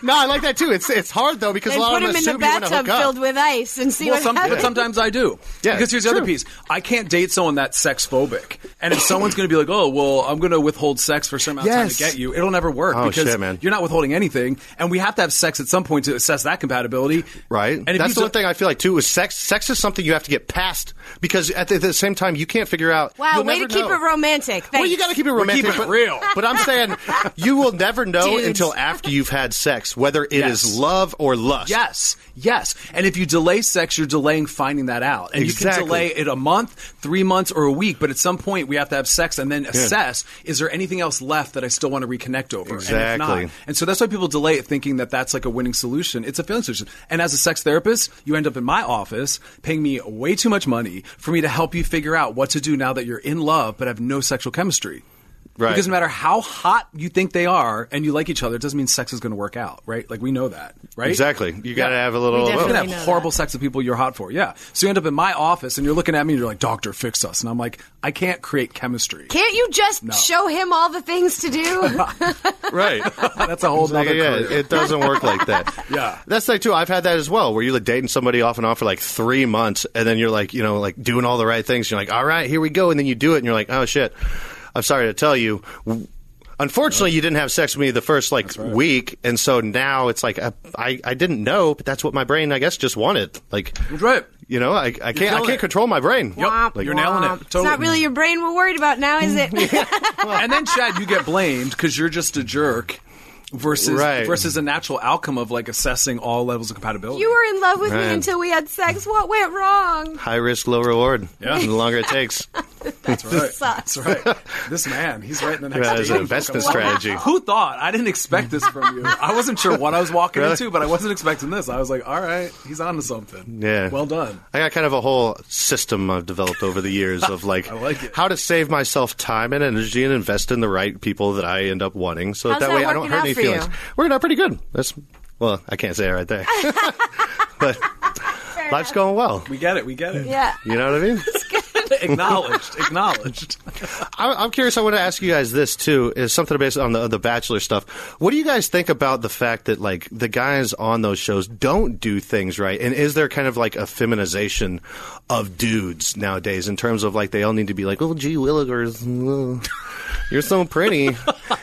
S3: No, I like that too. It's it's hard though because
S5: Then
S3: a lot of
S5: put him
S3: them
S5: in
S3: assume
S5: the
S3: you want to
S5: bathtub
S3: hook up.
S5: filled with ice and see
S6: well,
S5: what
S6: some, but
S5: happens.
S6: sometimes I do.
S3: Yeah,
S6: Because here's the other
S3: true.
S6: piece. I can't date someone that's sex phobic. And if someone's going to be like, oh, well, I'm going to withhold sex for some amount of time to
S3: Yes.
S6: get you, it'll never work
S3: Oh,
S6: because
S3: shit, man.
S6: you're not withholding anything. And we have to have sex at some point to assess that compatibility.
S3: Right.
S6: And if
S3: That's
S6: you
S3: the one
S6: do-
S3: thing I feel like too is sex. Sex is something you have to get past because at the, the same time you can't figure out.
S5: Wow,
S3: you'll
S5: way
S3: never
S5: to keep
S3: know.
S5: it romantic. Thanks.
S3: Well, you got to keep it
S6: We're
S3: romantic,
S6: keeping it
S3: but,
S6: real.
S3: But I'm saying you will never know
S5: Dudes.
S3: until after you've had sex whether it is
S6: Yes.
S3: love or lust.
S6: Yes, yes. And if you delay sex, you're delaying finding that out. And
S3: Exactly.
S6: you can delay it a month, three months, or a week, but at some point we have to have sex and then assess is there anything else left that I still want to reconnect over? And, if
S3: Exactly.
S6: not, and so that's why people delay it thinking that that's like a winning solution. It's a failing solution. And as a sex therapist, you end up in my office paying me way too much money for me to help you figure out what to do now that you're in love but have no sexual chemistry.
S3: Right.
S6: Because no matter how hot you think they are and you like each other, it doesn't mean sex is going to work out, right? Like we know that, right?
S3: Exactly. You got to have a little.
S5: We
S6: You're
S5: definitely
S6: gonna
S5: know
S6: have
S5: that.
S6: horrible sex with people you're hot for. Yeah. So you end up in my office and you're looking at me and you're like, Doctor, fix us. And I'm like, I can't create chemistry.
S5: Can't you just show him all the things to do?
S3: right.
S6: That's a whole
S3: Like,
S6: nother
S3: yeah,
S6: career.
S3: it doesn't work like that.
S6: Yeah.
S3: that's like too. I've had that as well, where you're like dating somebody off and on for like three months, and then you're like, you know, like doing all the right things. You're like, all right, here we go, and then you do it, and you're like, oh shit, I'm sorry to tell you. Unfortunately, you didn't have sex with me the first like week, and so now it's like I, I I didn't know, but that's what my brain, I guess, just wanted. Like,
S6: That's right.
S3: you know, I, I can't I
S6: nailing
S3: can't
S6: it.
S3: control my brain.
S6: Yep.
S3: Like-
S6: you're nailing it.
S5: It's
S6: Totally.
S5: not really your brain we're worried about now, is it?
S6: and then Chad, you get blamed because you're just a jerk. versus
S3: Right.
S6: versus a natural outcome of like assessing all levels of compatibility.
S5: You were in love with me
S3: Right.
S5: until we had sex. What went wrong?
S3: High risk, low reward.
S6: Yeah.
S3: The longer it takes.
S6: That's right.
S5: sucks.
S6: That's right. This man, he's right in the next.
S3: That is an
S6: table.
S3: investment
S6: Wow.
S3: strategy.
S6: Who thought? I didn't expect this from you. I wasn't sure what I was walking
S3: Really?
S6: into, but I wasn't expecting this. I was like, all right, he's on to something.
S3: Yeah.
S6: Well done.
S3: I got kind of a whole system I've developed over the years of like,
S6: like it.
S3: how to save myself time and energy and invest in the right people that I end up wanting, so
S5: How's
S3: that
S5: that
S3: way I don't
S5: working
S3: hurt
S5: out
S3: any
S5: for you?
S3: feelings. Working out pretty good. That's well, I can't say it right there, but life's going well.
S6: We get it. We get it.
S5: Yeah.
S3: You know what I mean?
S6: acknowledged. Acknowledged.
S3: I- I'm curious. I want to ask you guys this too. Is something based on the the Bachelor stuff. What do you guys think about the fact that like the guys on those shows don't do things right? And is there kind of like a feminization of dudes nowadays in terms of like they all need to be like, oh, gee willikers, oh, you're so pretty.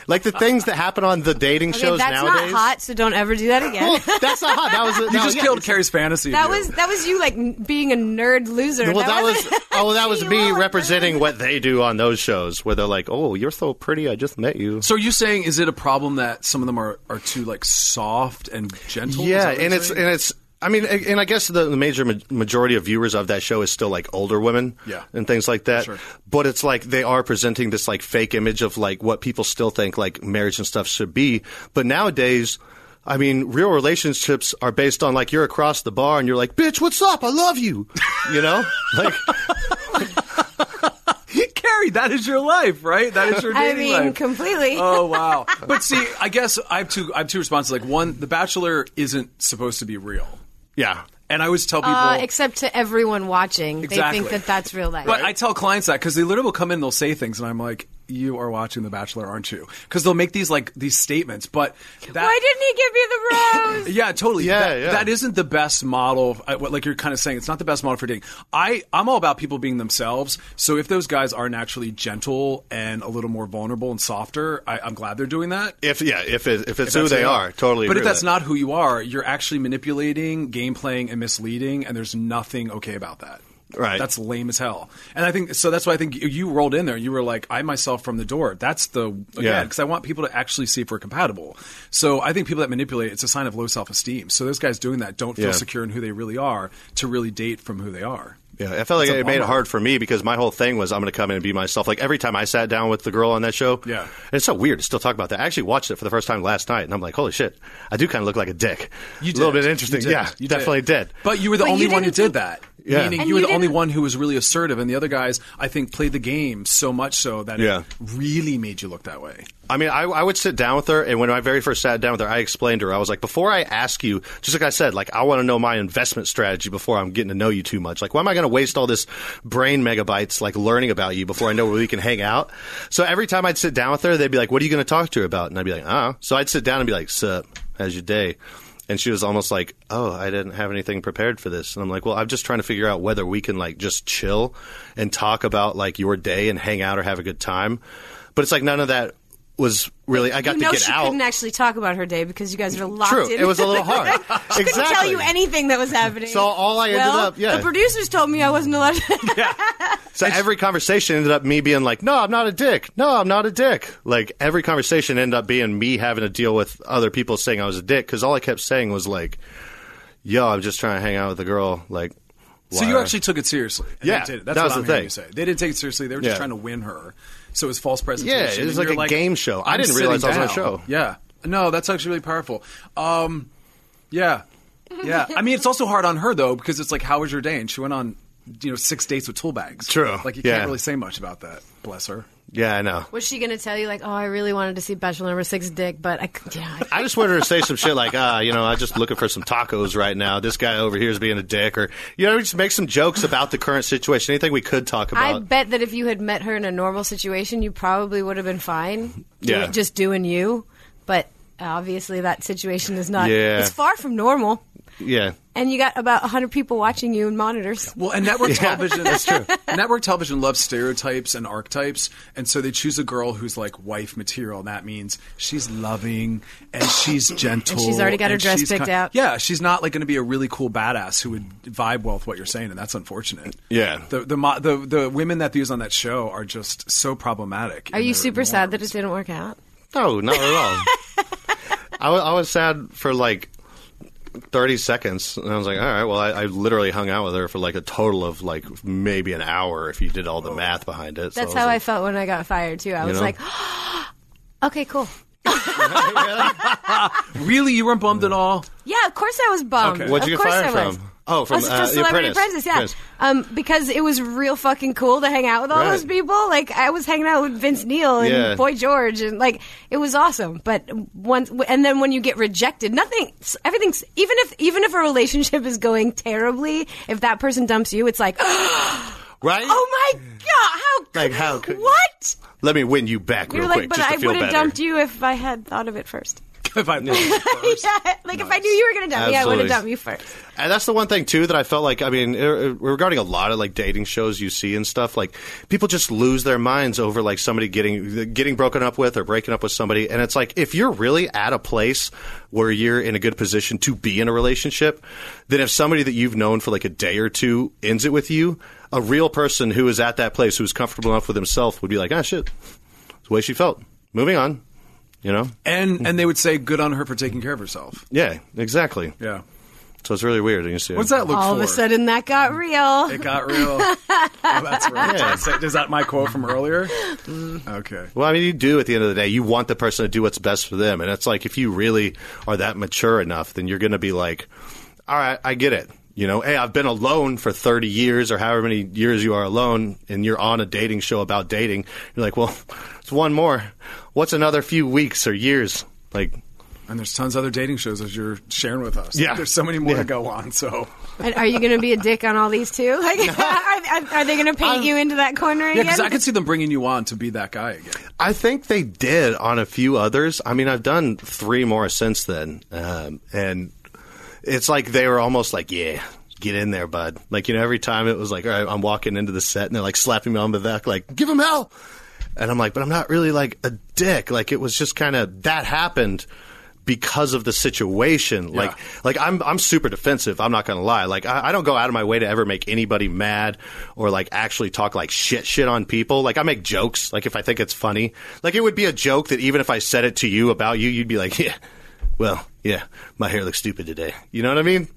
S3: like the things that happen on the dating
S5: Okay,
S3: shows
S5: that's
S3: nowadays.
S5: not hot, so don't ever do that again.
S3: Well, that's not hot. That was a,
S6: You just killed Carrie's fantasy.
S5: That
S6: of you.
S5: was that was you like n- being a nerd loser.
S3: Well, that was
S5: wasn't-
S3: oh, that was
S5: Gee,
S3: me
S5: Willikers.
S3: representing what they do on those shows, where they're like, "Oh, you're so pretty. I just met you."
S6: So are you saying is it a problem that some of them are, are too like soft and gentle? Is
S3: Yeah,
S6: that what
S3: and
S6: you're
S3: it's
S6: saying?
S3: and it's. I mean, a- and I guess the, the major ma- majority of viewers of that show is still like older women,
S6: Yeah.
S3: and things like that.
S6: Sure.
S3: But it's like they are presenting this like fake image of like what people still think like marriage and stuff should be. But nowadays, I mean, real relationships are based on like you're across the bar and you're like, "Bitch, what's up? I love you," you know, like
S6: Carrie, that is your life, right? That is your
S5: I
S6: dating
S5: mean,
S6: life.
S5: completely.
S6: oh wow! But see, I guess I have two. I have two responses. Like one, The Bachelor isn't supposed to be real,
S3: yeah.
S6: and I always tell people.
S5: Uh, except to everyone watching,
S6: Exactly.
S5: they think that that's real life.
S6: but I tell clients that because they literally will come in, they'll say things, and I'm like, "You are watching The Bachelor, aren't you?" Because they'll make these like these statements, but that,
S5: Why didn't he give me the rose?
S6: Yeah, totally.
S3: Yeah,
S6: that,
S3: yeah.
S6: that isn't the best model. I- what- Like you're kind of saying, it's not the best model for dating. I I'm all about people being themselves. So if those guys are naturally gentle and a little more vulnerable and softer, I, I'm glad they're doing that.
S3: If yeah, if it, if it's
S6: If
S3: who
S6: that's
S3: they are, totally.
S6: But
S3: agree
S6: if
S3: with
S6: that's
S3: that.
S6: not who you are, you're actually manipulating, game playing, and misleading, and there's nothing okay about that.
S3: Right.
S6: That's lame as hell. And I think so. That's why I think you- you rolled in there. You were like, I myself from the door. That's the
S3: Yeah.
S6: again because I want people to actually see if we're compatible. So I think people that manipulate it's a sign of low self esteem. So those guys doing that don't feel
S3: Yeah.
S6: secure in who they really are to really date from who they are.
S3: Yeah, I felt like
S6: It's a
S3: it made it
S6: bummer.
S3: hard for me because my whole thing was I'm going to come in and be myself. Like every time I sat down with the girl on that show,
S6: Yeah.
S3: and it's so weird to still talk about that. I actually watched it for the first time last night, and I'm like, holy shit, I do kind of look like a dick.
S6: You did.
S3: a little bit interesting,
S6: You did.
S3: yeah,
S6: You
S3: definitely did.
S6: But you were the
S5: But you
S6: only one who
S5: didn't
S6: did
S5: think-
S6: that.
S3: Yeah.
S6: Meaning
S5: And
S6: you were
S5: you
S6: the only
S5: didn't-
S6: one who was really assertive, and the other guys, I think, played the game so much so that
S3: Yeah.
S6: it really made you look that way.
S3: I mean, I, I would sit down with her, and when I very first sat down with her, I explained to her, I was like, before I ask you, just like I said, like I want to know my investment strategy before I'm getting to know you too much. Like, why am I going to waste all this brain megabytes like learning about you before I know where we can hang out? So every time I'd sit down with her, they'd be like, "What are you going to talk to her about?" And I'd be like, "Uh." So I'd sit down and be like, "Sup, how's your day?" And she was almost like, "Oh, I didn't have anything prepared for this." And I'm like, "Well, I'm just trying to figure out whether we can like just chill and talk about like your day and hang out or have a good time." But it's like none of that was really I got
S5: you know
S3: to get
S5: she
S3: out.
S5: couldn't actually talk about her day because you guys were locked
S3: True,
S5: in.
S3: it was a little hard.
S5: she couldn't
S3: exactly.
S5: tell you anything that was happening.
S3: So all I ended
S5: Well,
S3: up- yeah.
S5: The producers told me I wasn't allowed. to...
S3: So every conversation ended up me being like, "No, I'm not a dick. No, I'm not a dick." Like every conversation ended up being me having to deal with other people saying I was a dick because all I kept saying was like, "Yo, I'm just trying to hang out with a girl." Like,
S6: So you
S3: why-
S6: actually took it seriously. And
S3: Yeah,
S6: they did. That's
S3: that
S6: what
S3: was
S6: I'm
S3: the
S6: hearing
S3: thing.
S6: you say. They didn't take it seriously. They were just
S3: Yeah.
S6: trying to win her. So it was false presentation.
S3: Yeah, it was
S6: And
S3: like
S6: you're
S3: a game show. I
S6: I'm
S3: didn't realize
S6: sitting
S3: I was on a
S6: down.
S3: show.
S6: Yeah. No, that's actually really powerful. Um, yeah. Yeah. I mean, it's also hard on her, though, because it's like, how was your day? And she went on, you know, six dates with tool bags.
S3: True.
S6: Like, you
S3: Yeah.
S6: can't really say much about that. Bless her.
S3: yeah, I know.
S5: was she going to tell you like, oh, I really wanted to see Bachelor Number Six Dick, but I c- yeah, I-
S3: I just wanted her to say some shit like, ah, you know, I'm just looking for some tacos right now. This guy over here is being a dick, or you know, just make some jokes about the current situation. Anything we could talk about.
S5: I bet that if you had met her in a normal situation, you probably would have been fine.
S3: Yeah.
S5: Do- just doing you. But obviously, that situation is not.
S3: Yeah.
S5: It's far from normal.
S3: yeah,
S5: And you got about 100 people watching you in monitors.
S6: Well, and network television that's true. Network television loves stereotypes and archetypes, and so they choose a girl who's like wife material. And that means she's loving and she's gentle.
S5: she's already got her
S6: and
S5: dress
S6: she's
S5: picked
S6: kind-
S5: out.
S6: Yeah, she's not like going to be a really cool badass who would vibe well with what you're saying, and that's unfortunate.
S3: Yeah.
S6: the the mo- the, the women that they use on that show are just so problematic.
S5: Are you super sad that it didn't work out?
S3: no, not at all. I wa- I was sad for like 30 seconds. And I was like, all right, well, I, I literally hung out with her for like a total of like maybe an hour if you did all the math behind it. So
S5: Oh.
S3: was
S5: That's how I
S3: like,
S5: felt when I got fired too. I was
S3: know?
S5: like, okay, cool.
S7: Really, you weren't bummed at all?
S5: Yeah, of course I was bummed.
S6: Okay.
S3: What'd
S5: of
S3: you get
S5: course
S3: fired
S5: I was.
S3: from? Oh, from,
S5: I was
S3: uh, The
S5: Celebrity
S3: Apprentice.
S5: Apprentice, yeah.
S3: Yes.
S5: Um, because it was real fucking cool to hang out with all
S3: Right.
S5: those people. Like I was hanging out with Vince Neil and
S3: Yeah.
S5: Boy George, and like it was awesome. But once, and then when you get rejected, nothing, everything's even if even if a relationship is going terribly, if that person dumps you, it's like,
S3: Right?
S5: oh my god, how could-
S3: Like, how could-
S5: what?
S3: Let me win you back
S5: You're
S3: real
S5: like,
S3: quick
S5: but
S3: just
S5: I
S3: to feel
S5: would
S3: better.
S5: have dumped you if I had thought of it first.
S6: if I first.
S5: yeah, like if I knew you were gonna dump me, I would have
S3: Absolutely.
S5: dumped you first.
S3: And that's the one thing too that I felt like I mean er- er, regarding a lot of like dating shows you see and stuff like people just lose their minds over like somebody getting getting broken up with or breaking up with somebody and it's like if you're really at a place where you're in a good position to be in a relationship then if somebody that you've known for like a day or two ends it with you a real person who is at that place who's comfortable enough with himself would be like ah shit it's the way she felt moving on you know
S6: and and they would say, "Good on her for taking care of herself."
S3: yeah exactly
S6: Yeah.
S3: so it's really weird you see
S6: What's that look
S5: All
S6: for?
S5: of a sudden, that got real.
S6: It got real. oh, that's right. Is that- Is that my quote from earlier?
S5: Mm-hmm.
S6: Okay.
S3: Well, I mean, you do at the end of the day. You want the person to do what's best for them, and it's like if you really are that mature enough, then you're going to be like, "All right, I get it." You know, hey, I've been alone for 30 years or however many years you are alone, and you're on a dating show about dating. You're like, "Well, it's one more. What's another few weeks or years?" Like,
S6: And there's tons of other dating shows as you're sharing with us.
S3: Yeah.
S6: There's so many more
S3: Yeah.
S6: to go on. So
S5: And are you going to be a dick on all these too? Like, are, are, are they going to paint you into that corner
S6: yeah,
S5: again?
S6: because I could see them bringing you on to be that guy again.
S3: I think they did on a few others. I mean, I've done three more since then, um, and it's like they were almost like, "Yeah, get in there, bud." Like you know, every time it was like, "All right, I'm walking into the set," and they're like slapping me on the back, like, "Give him hell," and I'm like, "But I'm not really like a dick." Like it was just kind of that happened because of the situation. Like, like I'm I'm super defensive. I'm not gonna lie. Like I, I don't go out of my way to ever make anybody mad or like actually talk like shit shit on people. Like I make jokes. Like if I think it's funny, like it would be a joke that even if I said it to you about you, you'd be like, yeah. Well, yeah, my hair looks stupid today. You know what I mean?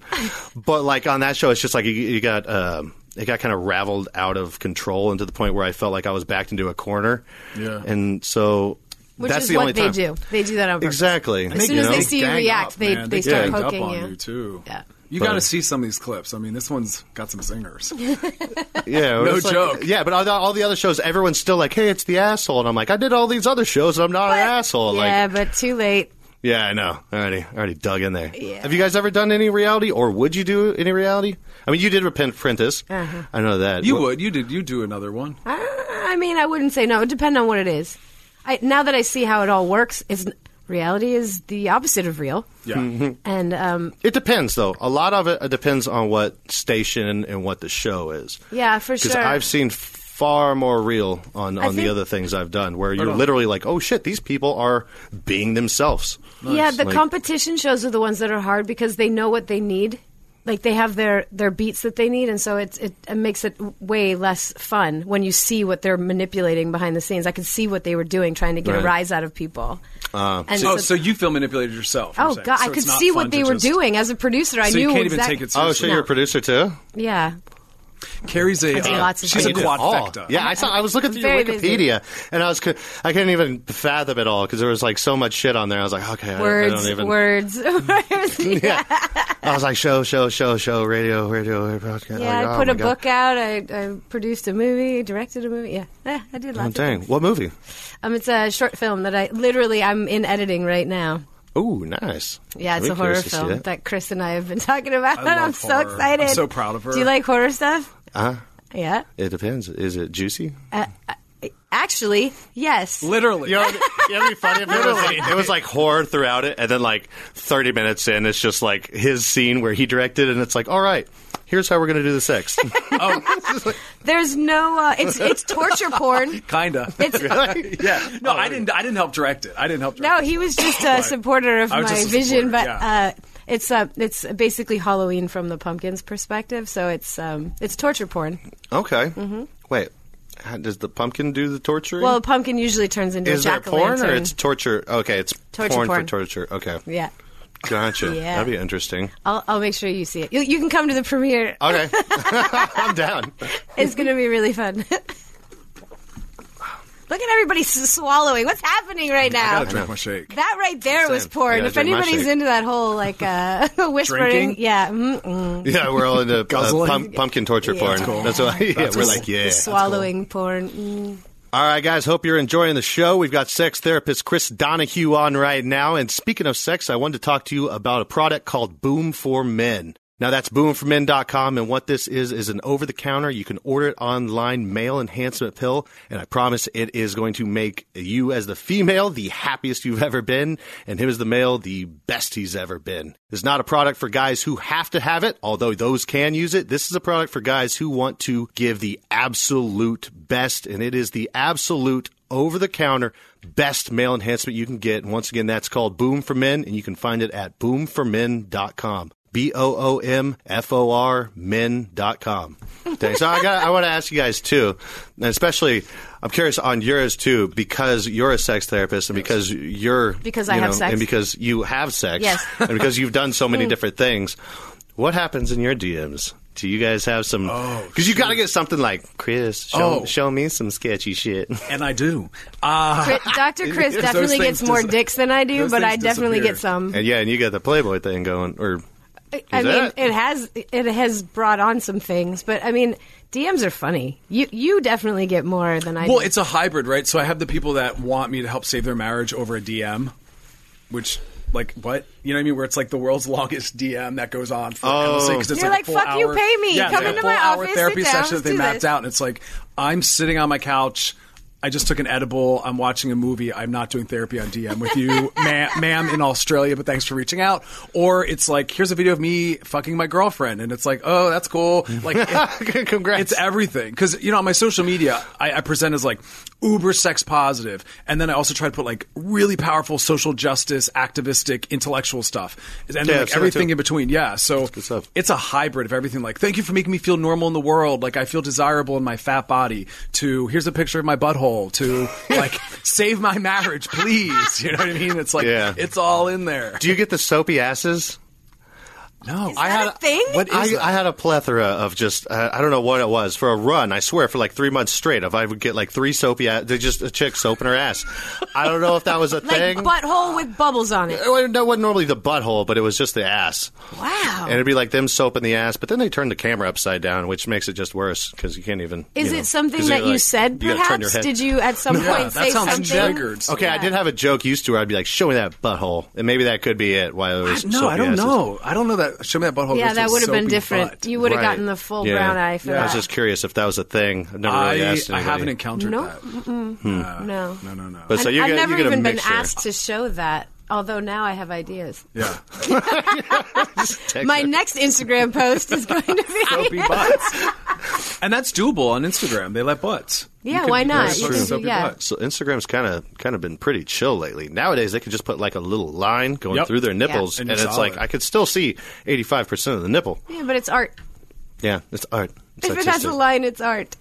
S3: but like on that show, it's just like you, you got um, it got kind of raveled out of control, and to the point where I felt like I was backed into a corner.
S6: Yeah.
S3: and so
S5: Which
S3: that's
S5: is
S3: the
S5: what
S3: only
S5: they
S3: time.
S5: do. They do that on purpose.
S3: Exactly.
S5: As soon as
S3: know?
S5: they see you
S6: gang
S5: react,
S6: up,
S5: they,
S6: man.
S5: they, start
S6: gang
S5: poking
S6: up on
S5: you.
S6: too.
S5: Yeah.
S6: You got to see some of these clips. I mean, this one's got some zingers.
S3: Yeah, it
S6: No
S3: was like-
S6: joke.
S3: yeah, but all the, all the other shows, everyone's still like, "Hey, it's the asshole," and I'm like, "I did all these other shows, and I'm not an asshole."
S5: yeah,
S3: Like,
S5: but too late.
S3: yeah, I know. I already, I already dug in there.
S5: Yeah.
S3: Have you guys ever done any reality, or would you do any reality? I mean, you did Repent Apprentice.
S5: Uh-huh.
S3: I know that
S6: You
S3: Wh-
S6: would. You did. You do another one.
S5: Uh, I mean, I wouldn't say no. It would depend on what it is. I, now that I see how it all works, it's, reality is the opposite of real.
S6: Yeah.
S5: And um,
S3: It depends, though. A lot of it uh, depends on what station and what the show is.
S5: yeah, for
S3: Because
S5: sure.
S3: I've seen far more real on, on
S5: think-
S3: the other things I've done, where you're
S6: on.
S3: literally like, "Oh shit, these people are being themselves."
S5: Yeah, the
S3: Like-
S5: competition shows are the ones that are hard because they know what they need. Like they have their their beats that they need, and so it's it, it makes it way less fun when you see what they're manipulating behind the scenes. I could see what they were doing, trying to get
S3: Right. Uh,
S5: a rise out of people. and
S6: Oh, so you feel manipulated yourself. you're
S5: oh
S6: saying.
S5: god,
S6: So
S5: I
S6: it's
S5: could
S6: not
S5: see
S6: fun
S5: what they
S6: to
S5: were
S6: just-
S5: doing as a producer. I
S6: So you
S5: knew
S6: can't even
S5: exactly.
S6: take it
S3: Oh, so
S6: seriously.
S3: you're a producer too?
S5: yeah,
S6: Carrie's a.
S5: I do
S6: uh,
S5: lots of
S6: she's a
S5: things.
S3: Oh,
S6: quadfecta.
S3: yeah, I saw. I was looking through your
S5: Very busy.
S3: Wikipedia, and I was co- I couldn't even fathom it all because there was like so much shit on there. I was like, okay, I- I,
S5: words,
S3: don't even.
S5: words, words. Yeah,
S3: I was like, show, show, show, show, radio, radio, radio broadcast.
S5: Yeah,
S3: Like,
S5: I
S3: oh
S5: put
S3: my
S5: a
S3: God.
S5: book out. I, I produced a movie, directed a movie. Yeah, Eh, I did
S3: Oh,
S5: lots. of
S3: dang,
S5: things.
S3: what movie?
S5: Um, it's a short film that I literally I'm in editing right now.
S3: Oh, nice.
S5: Yeah, it's
S3: I'm
S5: a horror
S3: curious to see
S5: film
S3: that.
S5: that. Chris and I have been talking about.
S6: I
S5: and
S6: love
S5: I'm so
S6: horror.
S5: excited.
S6: I'm so proud of her.
S5: Do you like horror stuff?
S3: Uh,
S5: Yeah.
S3: it depends. Is it juicy?
S5: Actually, yes.
S6: Literally.
S3: it'd be funny if it was, like, it was like horror throughout it, and then like 30 minutes in, it's just like his scene where he directed, and it's like, all right, here's how we're gonna do the sex.
S5: There's no. Uh, it's it's torture porn.
S6: Kinda.
S5: It's
S6: yeah. No, I didn't. I didn't help direct it. I didn't help. Direct
S5: no.
S6: it.
S5: He was just a supporter of
S6: I
S5: my
S6: was just a
S5: vision,
S6: supporter,
S5: but
S6: yeah.
S5: uh, it's uh, it's basically Halloween from the pumpkins' perspective. So it's um, it's torture porn.
S3: okay,
S5: Mm-hmm.
S3: wait, how, does the pumpkin do the torturing?
S5: Well, a pumpkin usually turns into
S3: Is
S5: a
S3: that
S5: jack o'
S3: porn
S5: lantern.
S3: or it's torture? Okay, it's
S5: Torture
S3: porn,
S5: porn.
S3: for torture. Okay.
S5: Yeah.
S3: Gotcha.
S5: Yeah.
S3: That'd be interesting.
S5: I'll, I'll make sure you see it. You, you can come to the premiere.
S3: Okay. I'm down.
S5: It's going to be really fun. Look at everybody s- swallowing. What's happening right now?
S6: gotta drink my shake.
S5: That right there was
S3: Same.
S5: porn.
S3: Yeah,
S5: If
S3: drink my
S5: anybody's
S3: shake.
S5: into that whole like uh, whispering,
S6: Drinking?
S5: yeah, mm-mm,
S3: Yeah, we're all into uh,
S6: Guzzling?
S3: pump, pumpkin torture porn.
S5: That's cool.
S3: That's what. Yeah, we're like, yeah.
S5: swallowing porn. Mm.
S3: All right, guys. Hope you're enjoying the show. We've got sex therapist Chris Donahue on right now. And speaking of sex, I wanted to talk to you about a product called Boom for Men. Now that's boomformen.com. And what this is, is an over the counter. You can order it online male enhancement pill. And I promise it is going to make you as the female the happiest you've ever been and him as the male the best he's ever been. This is not a product for guys who have to have it, although those can use it. This is a product for guys who want to give the absolute best. And it is the absolute over the counter best male enhancement you can get. And once again, that's called Boom for Men, and you can find it at boomformen.com. B O O M F O R men.com. Okay, so I, got, I want to ask you guys too, and especially I'm curious on yours too, because you're a sex therapist and because you're.
S5: Because
S3: you
S5: I have
S3: know,
S5: sex.
S3: And because you have sex.
S5: Yes. Mm.
S3: And because you've done so many different things. What happens in your DMs? Do you guys have some? Because you got to get something like, Chris, show,
S6: Oh.
S3: show me some sketchy shit.
S6: And I do. Uh,
S5: Chri- Dr. Chris
S6: Those
S5: definitely
S6: things
S5: gets more
S6: dis-
S5: dicks than I do,
S6: those
S5: but I
S6: things
S5: definitely
S6: disappear.
S5: get some.
S3: And yeah, and you got the Playboy thing going, or
S5: I
S3: Is
S5: mean,
S3: that-
S5: it has it has brought on some things, but I mean, DMs are funny. You you definitely get more than I
S6: well,
S5: do.
S6: it's a hybrid, right? So I have the people that want me to help save their marriage over a DM, which. Like what? You know what I mean? Where it's like the world's longest DM that goes on for
S3: Oh.
S6: endlessly 'cause it's
S5: You're
S6: like, a
S5: like,
S6: full
S5: "Fuck you,
S6: hour-
S5: pay me.
S6: Yeah, it's
S5: Come
S6: like
S5: into
S6: a full
S5: my
S6: hour
S5: office,
S6: therapy
S5: sit down,
S6: session that
S5: let's
S6: they
S5: do
S6: mapped
S5: this.
S6: out, and it's like I'm sitting on my couch. I just took an edible. I'm watching a movie. I'm not doing therapy on DM with you, ma- ma'am, in Australia. But thanks for reaching out. Or it's like here's a video of me fucking my girlfriend, and it's like oh that's cool. Like it-
S3: Congrats.
S6: It's everything because you know on my social media I, I present as like uber sex positive, and then I also try to put like really powerful social justice, activistic, intellectual stuff, and then
S3: Yeah, I've
S6: like
S3: seen that
S6: everything
S3: too.
S6: in between. Yeah, so
S3: stuff.
S6: it's a hybrid of everything. Like, thank you for making me feel normal in the world. Like, I feel desirable in my fat body. To here's a picture of my butthole. To like, save my marriage, please. You know what I mean? It's like
S3: Yeah.
S6: it's all in there.
S3: do you get the soapy asses?
S6: no,
S5: I had a thing.
S6: What is
S3: I,
S6: that?
S3: I had a plethora of just uh, I don't know what it was for a run. I swear for like three months straight, if I would get like three soapy, a- they just a chick soaping her ass. I don't know if that was a
S5: like
S3: thing.
S5: butthole with bubbles on it.
S3: It
S6: Oh.
S3: wasn't- that wasn't normally the butthole, but it was just the ass,
S5: Wow.
S3: and it'd be like them soaping the ass. But then they turned the camera upside down, which makes it just worse because you can't even.
S5: Is
S3: you know,
S5: it something
S3: 'cause
S5: that
S3: you're
S5: you
S3: like-
S5: said?
S3: you gotta turn
S5: Perhaps
S3: your head.
S5: did you at some
S6: Yeah,
S5: point
S6: that
S5: say
S6: sounds
S5: something?
S6: triggered.
S3: Okay, I
S5: Yeah.
S3: did have a joke used to where I'd be like, "Show me that butthole," and maybe that could be it. Why it was
S6: no, I
S3: soapy
S6: don't
S3: asses.
S6: know. I don't know that. Show me that butthole.
S5: Yeah,
S6: versus
S5: that would have been
S6: soapy
S5: different.
S6: butt.
S5: You would have
S3: Right.
S5: gotten the full
S3: Yeah.
S5: brown eye for
S3: I
S5: that.
S3: was just curious if that was a thing. I've never really
S6: I,
S3: asked
S6: I
S3: anybody.
S6: haven't encountered
S5: No,
S6: that. Hmm.
S5: no.
S6: No, no, no.
S3: But so you
S5: I've
S3: get,
S5: never
S3: you get a
S5: even been
S3: mixture.
S5: asked to show that. Although now I have ideas.
S6: yeah,
S5: My next Instagram post is going to be
S6: soapy butts. And that's doable on Instagram. They let butts. You
S5: Yeah,
S6: can-
S5: why not?
S6: that's
S5: You
S6: true.
S5: can do-
S6: Soapy
S5: yeah.
S6: butts.
S3: So Instagram's kind of kind of been pretty chill lately. Nowadays, they can just put like a little line going
S6: Yep.
S3: through their nipples,
S6: And
S3: and,
S6: you're
S3: it's
S6: solid.
S3: like I could still see eighty five percent of the nipple.
S5: Yeah, but it's art.
S3: Yeah, it's art. It's
S5: If it has
S3: artistic.
S5: a line, it's art.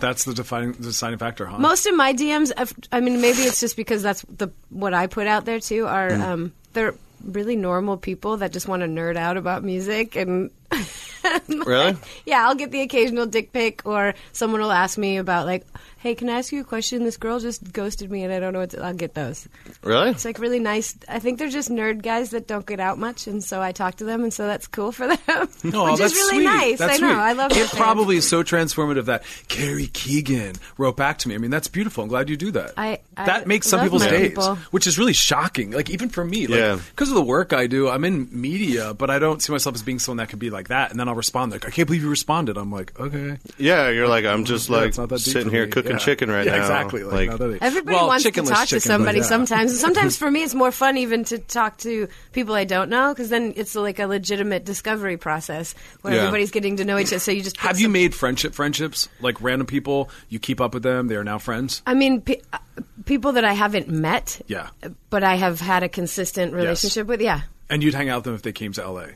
S6: That's the defining the deciding factor, huh?
S5: Most of my DMs, I've- I mean, maybe it's just because that's the what I put out there too. Are
S3: Mm.
S5: um, they're really normal people that just want to nerd out about music and
S3: really.
S5: yeah, I'll get the occasional dick pic or someone will ask me about like, hey, can I ask you a question? This girl just ghosted me and I don't know what to. I'll get those.
S3: Really?
S5: It's like really nice. I think they're just nerd guys that don't get out much, and so I talk to them, and so that's cool for them,
S6: Oh,
S5: which is
S6: that's
S5: really
S6: sweet.
S5: nice.
S6: That's
S5: I know.
S6: sweet.
S5: I love
S6: it.
S5: that band.
S6: Probably is so transformative that Carrie Keegan wrote back to me. I mean, that's beautiful. I'm glad you do that.
S5: I- I
S6: that makes some
S5: love
S6: people's
S5: my
S6: days,
S5: people.
S6: which is really shocking. Like even for me, like
S3: Yeah.
S6: because of the work I do, I'm in media, but I don't see myself as being someone that could be like that. And then I'll respond like, I can't believe you responded. I'm like, okay,
S3: Yeah, you're like I'm just
S6: Yeah,
S3: like
S6: it's not that deep
S3: sitting
S6: for
S3: here
S6: me.
S3: cooking
S6: Yeah.
S3: chicken right
S6: Yeah,
S3: now.
S6: Exactly. Like, not that deep.
S5: Everybody
S6: Well,
S5: wants to
S6: chickenless
S5: talk to
S6: chicken, but
S5: somebody
S6: yeah.
S5: sometimes. And sometimes for me, it's more fun even to talk to people I don't know because then it's like a legitimate discovery process where
S3: Yeah.
S5: everybody's getting to know each other. So you just pick
S6: Have you
S5: some-
S6: made friendship friendships like random people? You keep up with them. They are now friends.
S5: I mean, pe- uh, people that I haven't met,
S6: Yeah.
S5: but I have had a consistent relationship with. Yeah,
S6: And you'd hang out with them if they came to LA.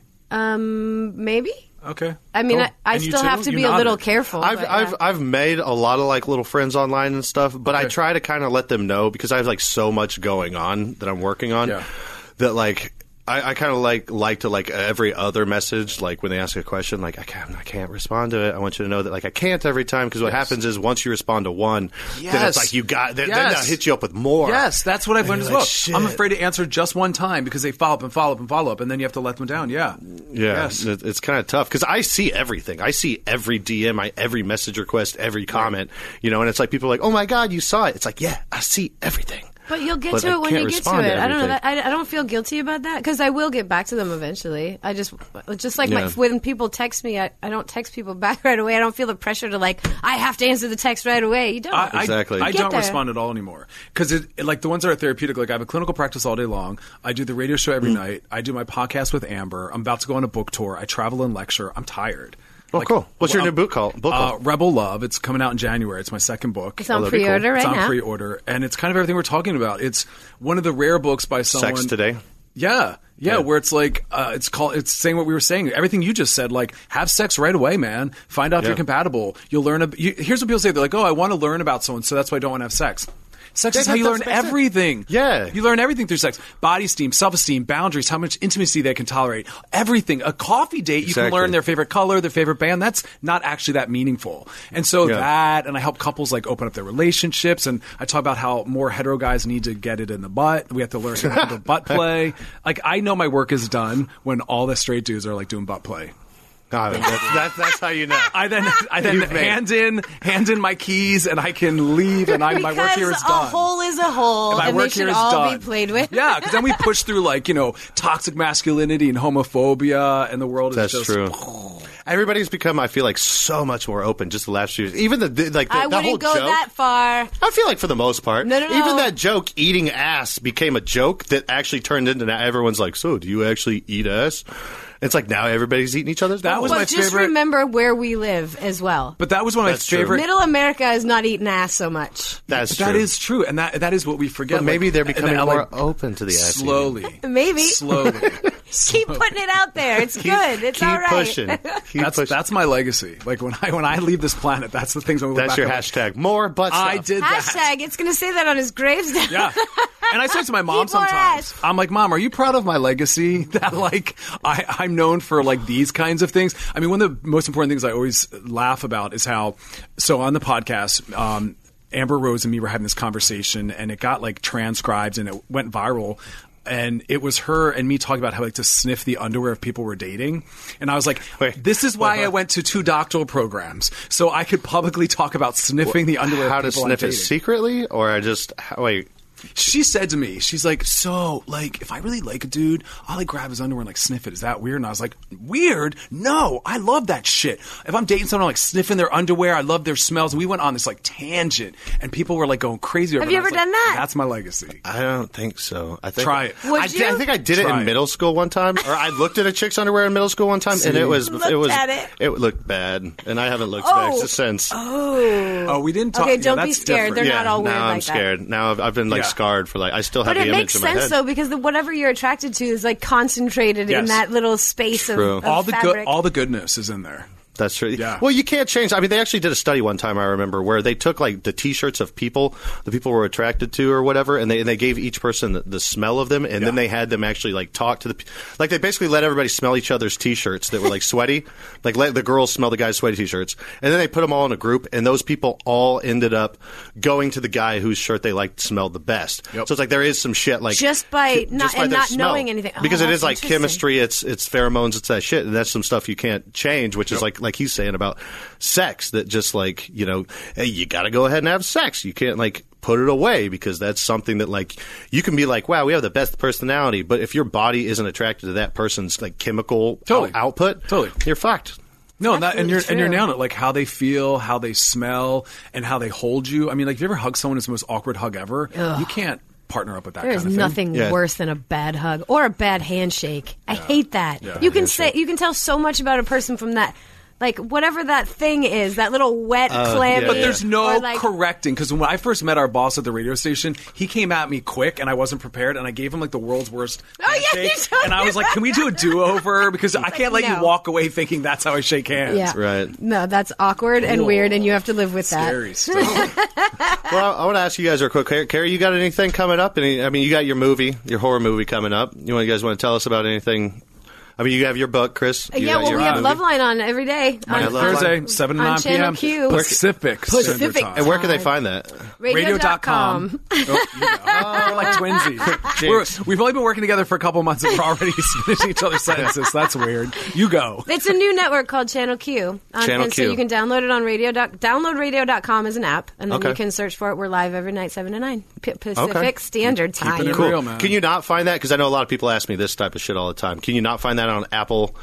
S5: Um, maybe.
S8: Okay.
S5: I
S6: Oh,
S5: mean,
S8: Cool.
S5: I, I
S8: And you
S5: still
S8: too?
S5: have to
S8: You
S5: be a little
S8: nodded.
S5: careful.
S3: I've,
S5: but,
S3: I've
S5: yeah.
S3: I've made a lot of like little friends online and stuff, but I
S8: Okay.
S3: try to kind of let them know because I have like so much going on that I'm working on
S8: Yeah.
S3: that like I, I kind of like like to like every other message like when they ask a question like I can't I can't respond to it. I want you to know that like I can't every time because what happens is once you respond to one, then
S6: Yes.
S3: it's like you got then, then
S6: Yes.
S3: they'll hit you up with more.
S6: Yes, that's what I've learned as
S3: you're
S6: well.
S3: like,
S6: I'm
S3: "Shit."
S6: afraid to answer just one time because they follow up and follow up and follow up, and then you have to let them down. Yeah.
S3: Yeah,
S6: Yes.
S3: it- it's kind of tough because I see everything. I see every DM, I, every message request, every comment, you know, and it's like people are like, oh my God, you saw it. It's like, yeah, I see everything.
S5: But you'll get
S3: But
S5: to
S3: I
S5: it when
S3: can't
S5: you get to
S3: respond
S5: it.
S3: to
S5: I don't know.
S3: everything.
S5: That, I, I don't feel guilty about that because I will get back to them eventually. I just, just like my,
S3: Yeah.
S5: when people text me, I, I don't text people back right away. I don't feel the pressure to like, I have to answer the text right away. You don't.
S6: I, I-
S3: Exactly.
S6: I,
S3: Get
S6: don't
S5: there.
S6: respond at all anymore because it, it- like the ones that are therapeutic. Like I have a clinical practice all day long. I do the radio show every
S3: Mm.
S6: night. I do my podcast with Amber. I'm about to go on a book tour. I travel and lecture. I'm tired.
S3: Oh, cool. What's your
S6: well,
S3: new book called? Book
S6: Uh,
S3: called?
S6: Rebel Love. It's coming out in January. It's my second book.
S5: it's on
S3: that'd be cool.
S5: pre-order
S6: It's
S5: right
S6: on
S5: now.
S6: pre-order, and it's kind of everything we're talking about. It's one of the rare books by someone.
S3: Sex today.
S6: Yeah, yeah,
S3: Yeah.
S6: Where it's like uh, it's called. It's saying what we were saying. Everything you just said. Like have sex right away, man. Find out if
S3: Yeah.
S6: you're compatible. You'll learn. Ab- you, here's what people say. They're like, oh, I want to learn about someone, so that's why I don't want to have sex. Sex
S3: Yeah,
S6: is how
S3: that-
S6: you learn
S3: that's- that's it.
S6: everything.
S3: Yeah.
S6: you learn everything through sex: body esteem, self-esteem, boundaries, how much intimacy they can tolerate, everything. A coffee date, you can
S3: Exactly.
S6: learn their favorite color, their favorite band. That's not actually that meaningful. And so
S3: Yeah.
S6: that, and I help couples like open up their relationships, and I talk about how more hetero guys need to get it in the butt. We have to learn to handle butt play. Like I know my work is done when all the straight dudes are like doing butt play.
S3: God, that's, that's, Ah, that's how you know.
S6: I then I then
S3: You've made-
S6: hand in hand in my keys and I can leave and I my work
S5: because
S6: here is
S5: a
S6: done.
S5: hole is a hole,
S6: My
S5: and they
S6: work
S5: should
S6: here is
S5: all
S6: done.
S5: be played with.
S6: Yeah, because then we push through like you know toxic masculinity and homophobia, and the world is
S3: That's
S6: just
S3: true. Everybody's become, I feel like, so much more open just the last few years. Even the, the like the,
S5: I
S3: that whole
S5: wouldn't go
S3: joke.
S5: that far.
S3: I feel like for the most part,
S5: No, no, no.
S3: even that joke eating ass became a joke that actually turned into now everyone's like, so do you actually eat ass? It's like now everybody's eating each other's.
S6: That
S3: balls.
S6: was my
S5: But just
S6: favorite-
S5: remember where we live as well.
S6: But that was one of
S3: That's
S6: my
S3: true.
S6: favorite.
S5: Middle America is not eating ass so much.
S3: that's
S6: That
S3: true.
S6: is true, and that that is what we forget.
S3: But maybe they're
S6: the- the
S3: becoming
S6: LA
S3: more open to the ass eating.
S6: slowly,
S5: Maybe.
S6: slowly.
S5: Keep putting it out there. It's good. It's
S3: keep
S5: all right.
S3: pushing. Keep
S6: that's
S3: pushing.
S6: that's my legacy. Like when I when I leave this planet, that's the things I'm. gonna look
S3: That's
S6: back
S3: your
S6: on.
S3: hashtag. More butt
S6: I
S3: stuff.
S6: did that.
S5: Hashtag. It's going to say that on his gravestone.
S6: Yeah. And I say it to my mom
S5: Eat more
S6: sometimes.
S5: ass.
S6: I'm like, Mom, are you proud of my legacy? That like I, I'm known for like these kinds of things. I mean, one of the most important things I always laugh about is how so on the podcast, um, Amber Rose and me were having this conversation and it got like transcribed and it went viral. And it was her and me talking about how like to sniff the underwear of people we're dating, and I was like,
S3: Wait.
S6: "This is why I went to two doctoral programs, so I could publicly talk about sniffing the underwear."
S3: How
S6: of
S3: to
S6: people I'm
S3: sniff it
S6: dating."
S3: secretly, or I just how- wait.
S6: she said to me, she's like, so like if I really like a dude, I'll like grab his underwear and like sniff it. Is that weird? And I was like, weird? No, I love that shit. If I'm dating someone, I'm like sniffing their underwear. I love their smells. And we went on this like tangent, and people were like going crazy. Over
S5: Have
S6: it.
S5: you
S6: I was
S5: ever
S6: like,
S5: done that? Uh,
S6: That's my legacy.
S3: I don't think so. I think
S6: Try it.
S5: Would
S3: I, did- I
S5: you?
S3: think I did it
S6: Try
S3: in
S6: it.
S3: middle school one time, or I looked at a chick's underwear in middle school one time, and it was
S5: Looked
S3: it was
S5: at it.
S3: looked bad, and I haven't looked
S5: Oh.
S3: back since.
S6: Oh, we didn't talk.
S5: Okay,
S6: yeah,
S5: don't be
S6: that's
S5: scared.
S6: different.
S5: They're not all weird
S3: now I'm
S5: like that.
S3: scared. Now I've, I've been like
S6: Yeah.
S3: scarred for like I still have
S5: But
S3: the
S5: it
S3: image
S5: makes
S3: in my
S5: sense
S3: head.
S5: though because the, whatever you're attracted to is like concentrated in
S6: Yes.
S5: that little space of,
S3: True.
S5: of
S6: all the
S5: fabric.
S6: good, all the goodness is in there.
S3: That's true.
S6: Yeah.
S3: Well, you can't change. I mean, they actually did a study one time I remember where they took like the T-shirts of people, the people were attracted to or whatever, and they and they gave each person the, the smell of them, and then
S6: Yeah.
S3: they had them actually like talk to the, pe- like they basically let everybody smell each other's T-shirts that were like sweaty, like let the girls smell the guy's sweaty T-shirts, and then they put them all in a group, and those people all ended up going to the guy whose shirt they liked smelled the best.
S6: Yep.
S3: So it's like there is some shit like
S5: Just by
S3: ki-
S5: not-
S3: just by
S5: and
S3: their
S5: not
S3: smell.
S5: knowing anything. Oh,
S3: because it
S5: that's
S3: is like
S5: interesting.
S3: chemistry it's it's pheromones, it's that shit, and that's some stuff you can't change. Which is like like he's saying about sex that just like you know, hey, you got to go ahead and have sex. You can't like put it away because that's something that like you can be like, wow, we have the best personality, but if your body isn't attracted to that person's like chemical
S6: Totally.
S3: out- output,
S6: Totally.
S3: you're fucked.
S6: No, and that, and
S5: Absolutely
S6: you're and you're
S5: true.
S6: nailing it. Like how they feel, how they smell, and how they hold you. I mean, like if you ever hug someone, it's the most awkward hug ever. You can't partner up with that.
S5: There is
S6: kind of thing.
S5: nothing
S3: Yeah.
S5: worse than a bad hug or a bad handshake. I hate that.
S6: Yeah.
S5: You can say you can tell so much about a person from that like whatever that thing is, that little wet
S6: Uh,
S5: clammy.
S3: But
S6: But there's no
S5: or, like,
S6: correcting because when I first met our boss at the radio station, he came at me quick and I wasn't prepared, and I gave him like the world's worst.
S5: Oh, yeah, you
S6: handshake,
S5: told
S6: and I
S5: me
S6: was like, "Can we do a do-over? Because I can't let
S5: no.
S6: you walk away thinking that's how I shake hands."
S5: Yeah.
S3: Right.
S5: No, that's awkward and weird, and you have to live with that.
S6: Scary stuff.
S3: Well, I, I want to ask you guys real quick. Carrie- Carrie, you got anything coming up? Any, I mean, you got your movie, your horror movie coming up. You, want, you guys want to tell us about anything? I mean, you have your book, Chris. You
S5: Uh, yeah,
S3: got
S5: well,
S3: your
S5: we have
S3: movie.
S5: Loveline on every day.
S3: Mine
S5: On,
S3: is
S5: on-
S6: Thursday, seven to
S5: on
S6: nine
S5: Channel
S6: p.m.
S5: Q.
S6: Pacific.
S5: Pacific.
S6: Standard
S3: And
S6: Time.
S3: where can they find that?
S5: Radio.com.
S6: oh, you know. We're like twinsies. We're, we've only been working together for a couple months and we're already finishing each other's sentences. That's weird. You go.
S5: It's a new network called Channel Q. Um,
S3: Channel
S5: and
S3: Q.
S5: so you can download it on radio. Doc, downloadradio.com is an app, and then
S3: Okay.
S5: you can search for it. We're live every night, 7 to 9 P- Pacific
S3: Okay.
S5: Standard Time.
S6: it
S3: Cool.
S6: Real, man.
S3: Can you not find that? Because I know a lot of people ask me this type of shit all the time. Can you not find that on Apple,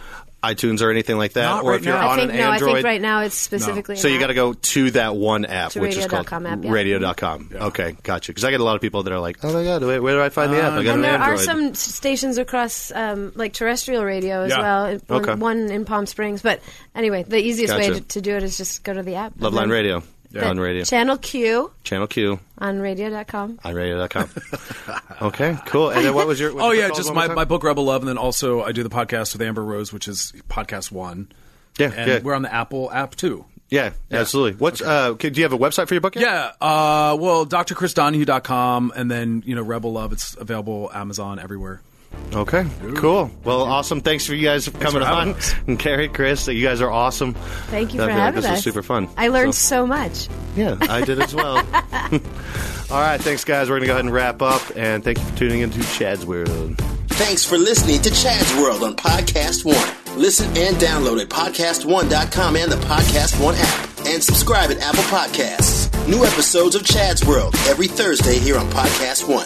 S3: iTunes, or anything like that?
S6: Not
S3: or
S6: right
S3: if you're
S6: now.
S5: I
S3: on
S5: think,
S3: an
S5: no,
S3: Android?
S5: I think right now it's specifically.
S3: So
S5: an
S3: you
S5: app.
S3: got to go to that one app,
S5: To
S3: which is called
S5: radio.com app, yeah.
S3: Radio.com. Okay, gotcha. Because I get a lot of people that are like, "Oh my god, where, where do I find
S6: Uh,
S3: the app?" I got
S5: And
S3: an
S5: there
S3: Android.
S5: are some s- stations across, um, like terrestrial radio as
S6: Yeah.
S5: well. and One,
S3: Okay.
S5: one in Palm Springs, but anyway, the easiest way
S3: Gotcha.
S5: to, to do it is just go to the app. And
S3: Loveline
S5: then-
S3: Radio
S5: but
S3: on radio,
S5: Channel Q
S3: channel Q
S5: on radio.com.
S3: on radio.com. okay, cool. And then what was your? what
S6: Oh
S3: was it
S6: yeah,
S3: called
S6: just
S3: one
S6: my,
S3: more
S6: my
S3: time?
S6: book Rebel Love, and then also I do the podcast with Amber Rose, which is podcast one.
S3: Yeah,
S6: and
S3: yeah.
S6: we're on the Apple app too.
S3: Yeah, absolutely. What's uh? Could, do you have a website for your book? Yet?
S6: Yeah, uh, well, drchrisdonahue.com, and then you know Rebel Love. It's available Amazon everywhere.
S3: Okay. Cool. Well, awesome. Thanks for you guys for coming
S6: for having
S3: on. And Carrie, Chris, you guys are awesome.
S5: Thank you
S3: I
S5: for
S3: feel like
S5: having
S3: this
S5: us.
S3: was super fun.
S5: I learned
S3: So-
S5: so much.
S3: yeah, I did as well. All right. Thanks, guys. We're gonna go ahead and wrap up. And thank you for tuning into Chad's World.
S4: Thanks for listening to Chad's World on Podcast One. Listen and download at podcast1.com and the Podcast One app. And subscribe at Apple Podcasts. New episodes of Chad's World every Thursday here on Podcast One.